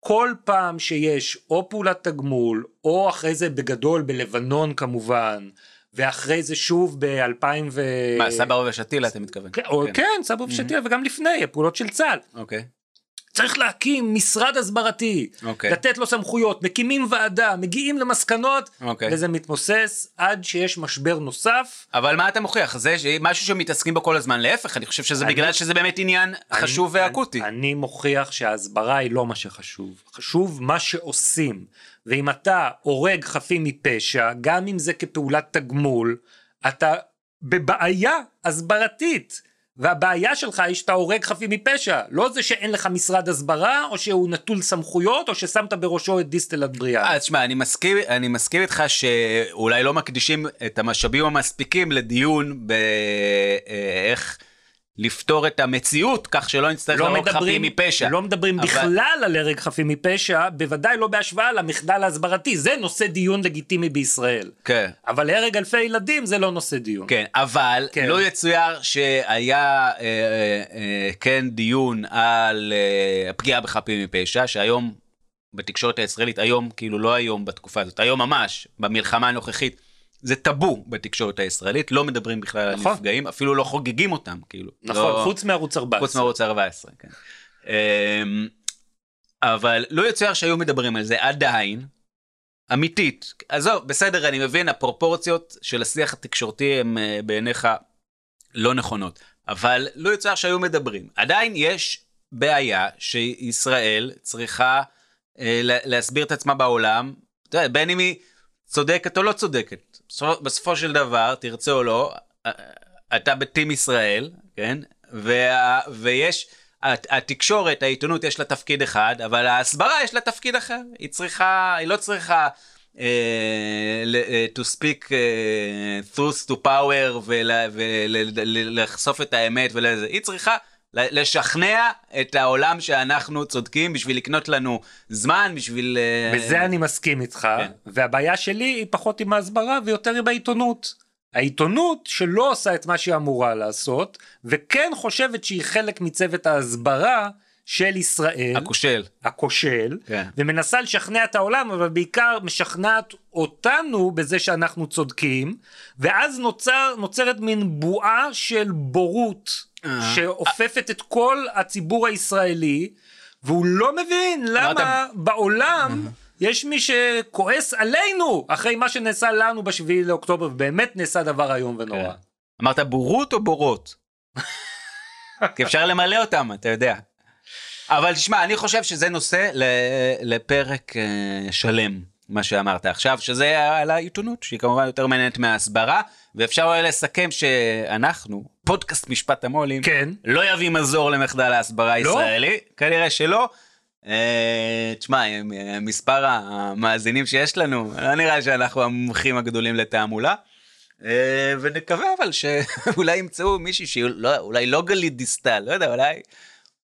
A: כל פעם שיש או פעולת תגמול, או אחרי זה בגדול בלבנון כמובן, ואחרי זה שוב ב-2000 ו...
C: מה סבא ושתילה אתה מתכוון.
A: כן, או- כן, סבא ושתילה, וגם לפני, הפעולות של צה"ל.
C: אוקיי.
A: צריך להקים משרד הסברתי,
C: אוקיי.
A: לתת לו סמכויות, מקימים ועדה, מגיעים למסקנות,
C: אוקיי.
A: וזה מתמוסס עד שיש משבר נוסף.
C: אבל מה אתה מוכיח? זה ש- משהו שמתעסקים בו כל הזמן, להפך, אני חושב שזה
A: אני-
C: בגלל שזה באמת עניין חשוב ואקוטי.
A: אני, אני מוכיח שההסברה היא לא מה שחשוב, חשוב מה שעושים. ואם אתה הורג חפים מפשע, גם אם זה כפעולת תגמול, אתה בבעיה הסברתית. והבעיה שלך היא שאתה הורג חפים מפשע, לא זה שאין לך משרד הסברה, או שהוא נטול סמכויות, או ששמת בראשו את דיסטל אטבריאן.
C: אה, אז שמע, אני מסכים, אני מסכים איתך שאולי לא מקדישים את המשאבים המספיקים לדיון באיך לפתור את המציאות, כך שלא נצטרך
A: לא
C: להרוג
A: מדברים-
C: חפים מפשע.
A: לא מדברים
C: אבל-
A: בכלל על הרג חפים מפשע, בוודאי לא בהשוואה למחדל ההסברתי, זה נושא דיון לגיטימי בישראל.
C: כן.
A: אבל הרג אלפי ילדים זה לא נושא דיון.
C: כן, אבל כן. לא יצויר שהיה אה, אה, כן דיון על אה, פגיעה בחפים מפשע, שהיום בתקשורת הישראלית, היום, כאילו לא היום בתקופה הזאת, היום ממש, במלחמה הנוכחית, זה טאבו בתקשורת הישראלית, לא מדברים בכלל נכון.
A: נכון.
C: על נפגעים, אפילו לא חוגגים אותם, כאילו.
A: נכון,
C: לא...
A: חוץ מערוץ 14.
C: חוץ מערוץ 14, כן. אמ, אבל לא יצויר שהיו מדברים על זה עדיין, אמיתית. עזוב, בסדר, אני מבין, הפרופורציות של השיח התקשורתי הן אה, בעיניך לא נכונות, אבל לא יצויר שהיו מדברים. עדיין יש בעיה שישראל צריכה אה, לה- להסביר את עצמה בעולם, אתה יודע, בין אם היא צודקת או לא צודקת. בסופו, בסופו של דבר, תרצה או לא, אה, אתה בטים ישראל, כן? וה, ויש, הת- התקשורת, העיתונות יש לה תפקיד אחד, אבל ההסברה יש לה תפקיד אחר. היא צריכה, היא לא צריכה אה, ל- אה, to speak אה, truth to power ולחשוף ול, ול, ל- ל- לחשוף את האמת ולזה. היא צריכה ל- לשכנע את העולם שאנחנו צודקים בשביל לקנות לנו זמן, בשביל... אה,
A: בזה אני מסכים איתך,
C: כן.
A: והבעיה שלי היא פחות עם ההסברה ויותר עם העיתונות. העיתונות שלא עושה את מה שהיא אמורה לעשות, וכן חושבת שהיא חלק מצוות ההסברה של ישראל.
C: הכושל.
A: הכושל,
C: כן.
A: ומנסה לשכנע את העולם, אבל בעיקר משכנעת אותנו בזה שאנחנו צודקים, ואז נוצר, נוצרת מין בועה של בורות,
C: אה.
A: שאופפת את כל הציבור הישראלי, והוא לא מבין למה בעולם... יש מי שכועס עלינו אחרי מה שנעשה לנו בשביעי לאוקטובר, ובאמת נעשה דבר איום
C: כן.
A: ונורא.
C: אמרת בורות או בורות? כי אפשר למלא אותם, אתה יודע. אבל תשמע, אני חושב שזה נושא ל- לפרק אה, שלם, מה שאמרת עכשיו, שזה על העיתונות, שהיא כמובן יותר מעניינת מההסברה, ואפשר אולי לסכם שאנחנו, פודקאסט משפט המו"לים,
A: כן.
C: לא יביא מזור למחדל ההסברה
A: לא?
C: הישראלי, כנראה שלא. אה, תשמע, אה, מספר המאזינים שיש לנו, לא נראה לי שאנחנו המומחים הגדולים לתעמולה. אה, ונקווה אבל <laughs> שאולי ימצאו מישהי שהיא לא- אולי לא גלית דיסטל, לא יודע, אולי,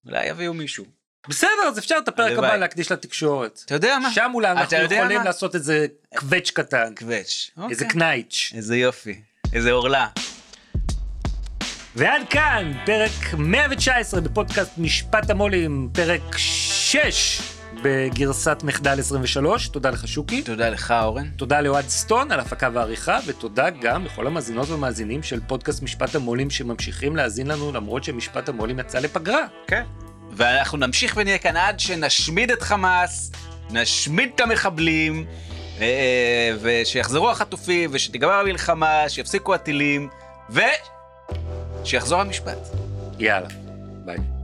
C: אולי יביאו מישהו.
A: בסדר, אז אפשר את הפרק
C: הלוואי.
A: הבא להקדיש לתקשורת.
C: אתה יודע מה?
A: שם אולי אנחנו
C: אתה יודע
A: יכולים
C: מה?
A: לעשות איזה קווץ' קטן.
C: קווץ', אוקיי.
A: איזה קנייץ'.
C: איזה יופי, איזה עורלה.
A: ועד כאן, פרק 119 בפודקאסט משפט המו"לים, פרק 6 בגרסת מחדל 23. תודה לך, שוקי.
C: תודה לך, אורן.
A: תודה לאוהד סטון על הפקה והעריכה, ותודה גם לכל המאזינות והמאזינים של פודקאסט משפט המו"לים שממשיכים להאזין לנו למרות שמשפט המו"לים יצא לפגרה.
C: כן. ואנחנו נמשיך ונהיה כאן עד שנשמיד את חמאס, נשמיד את המחבלים, אה, אה, ושיחזרו החטופים, ושתיגמר המלחמה, שיפסיקו הטילים, ושיחזור המשפט.
A: יאללה, ביי.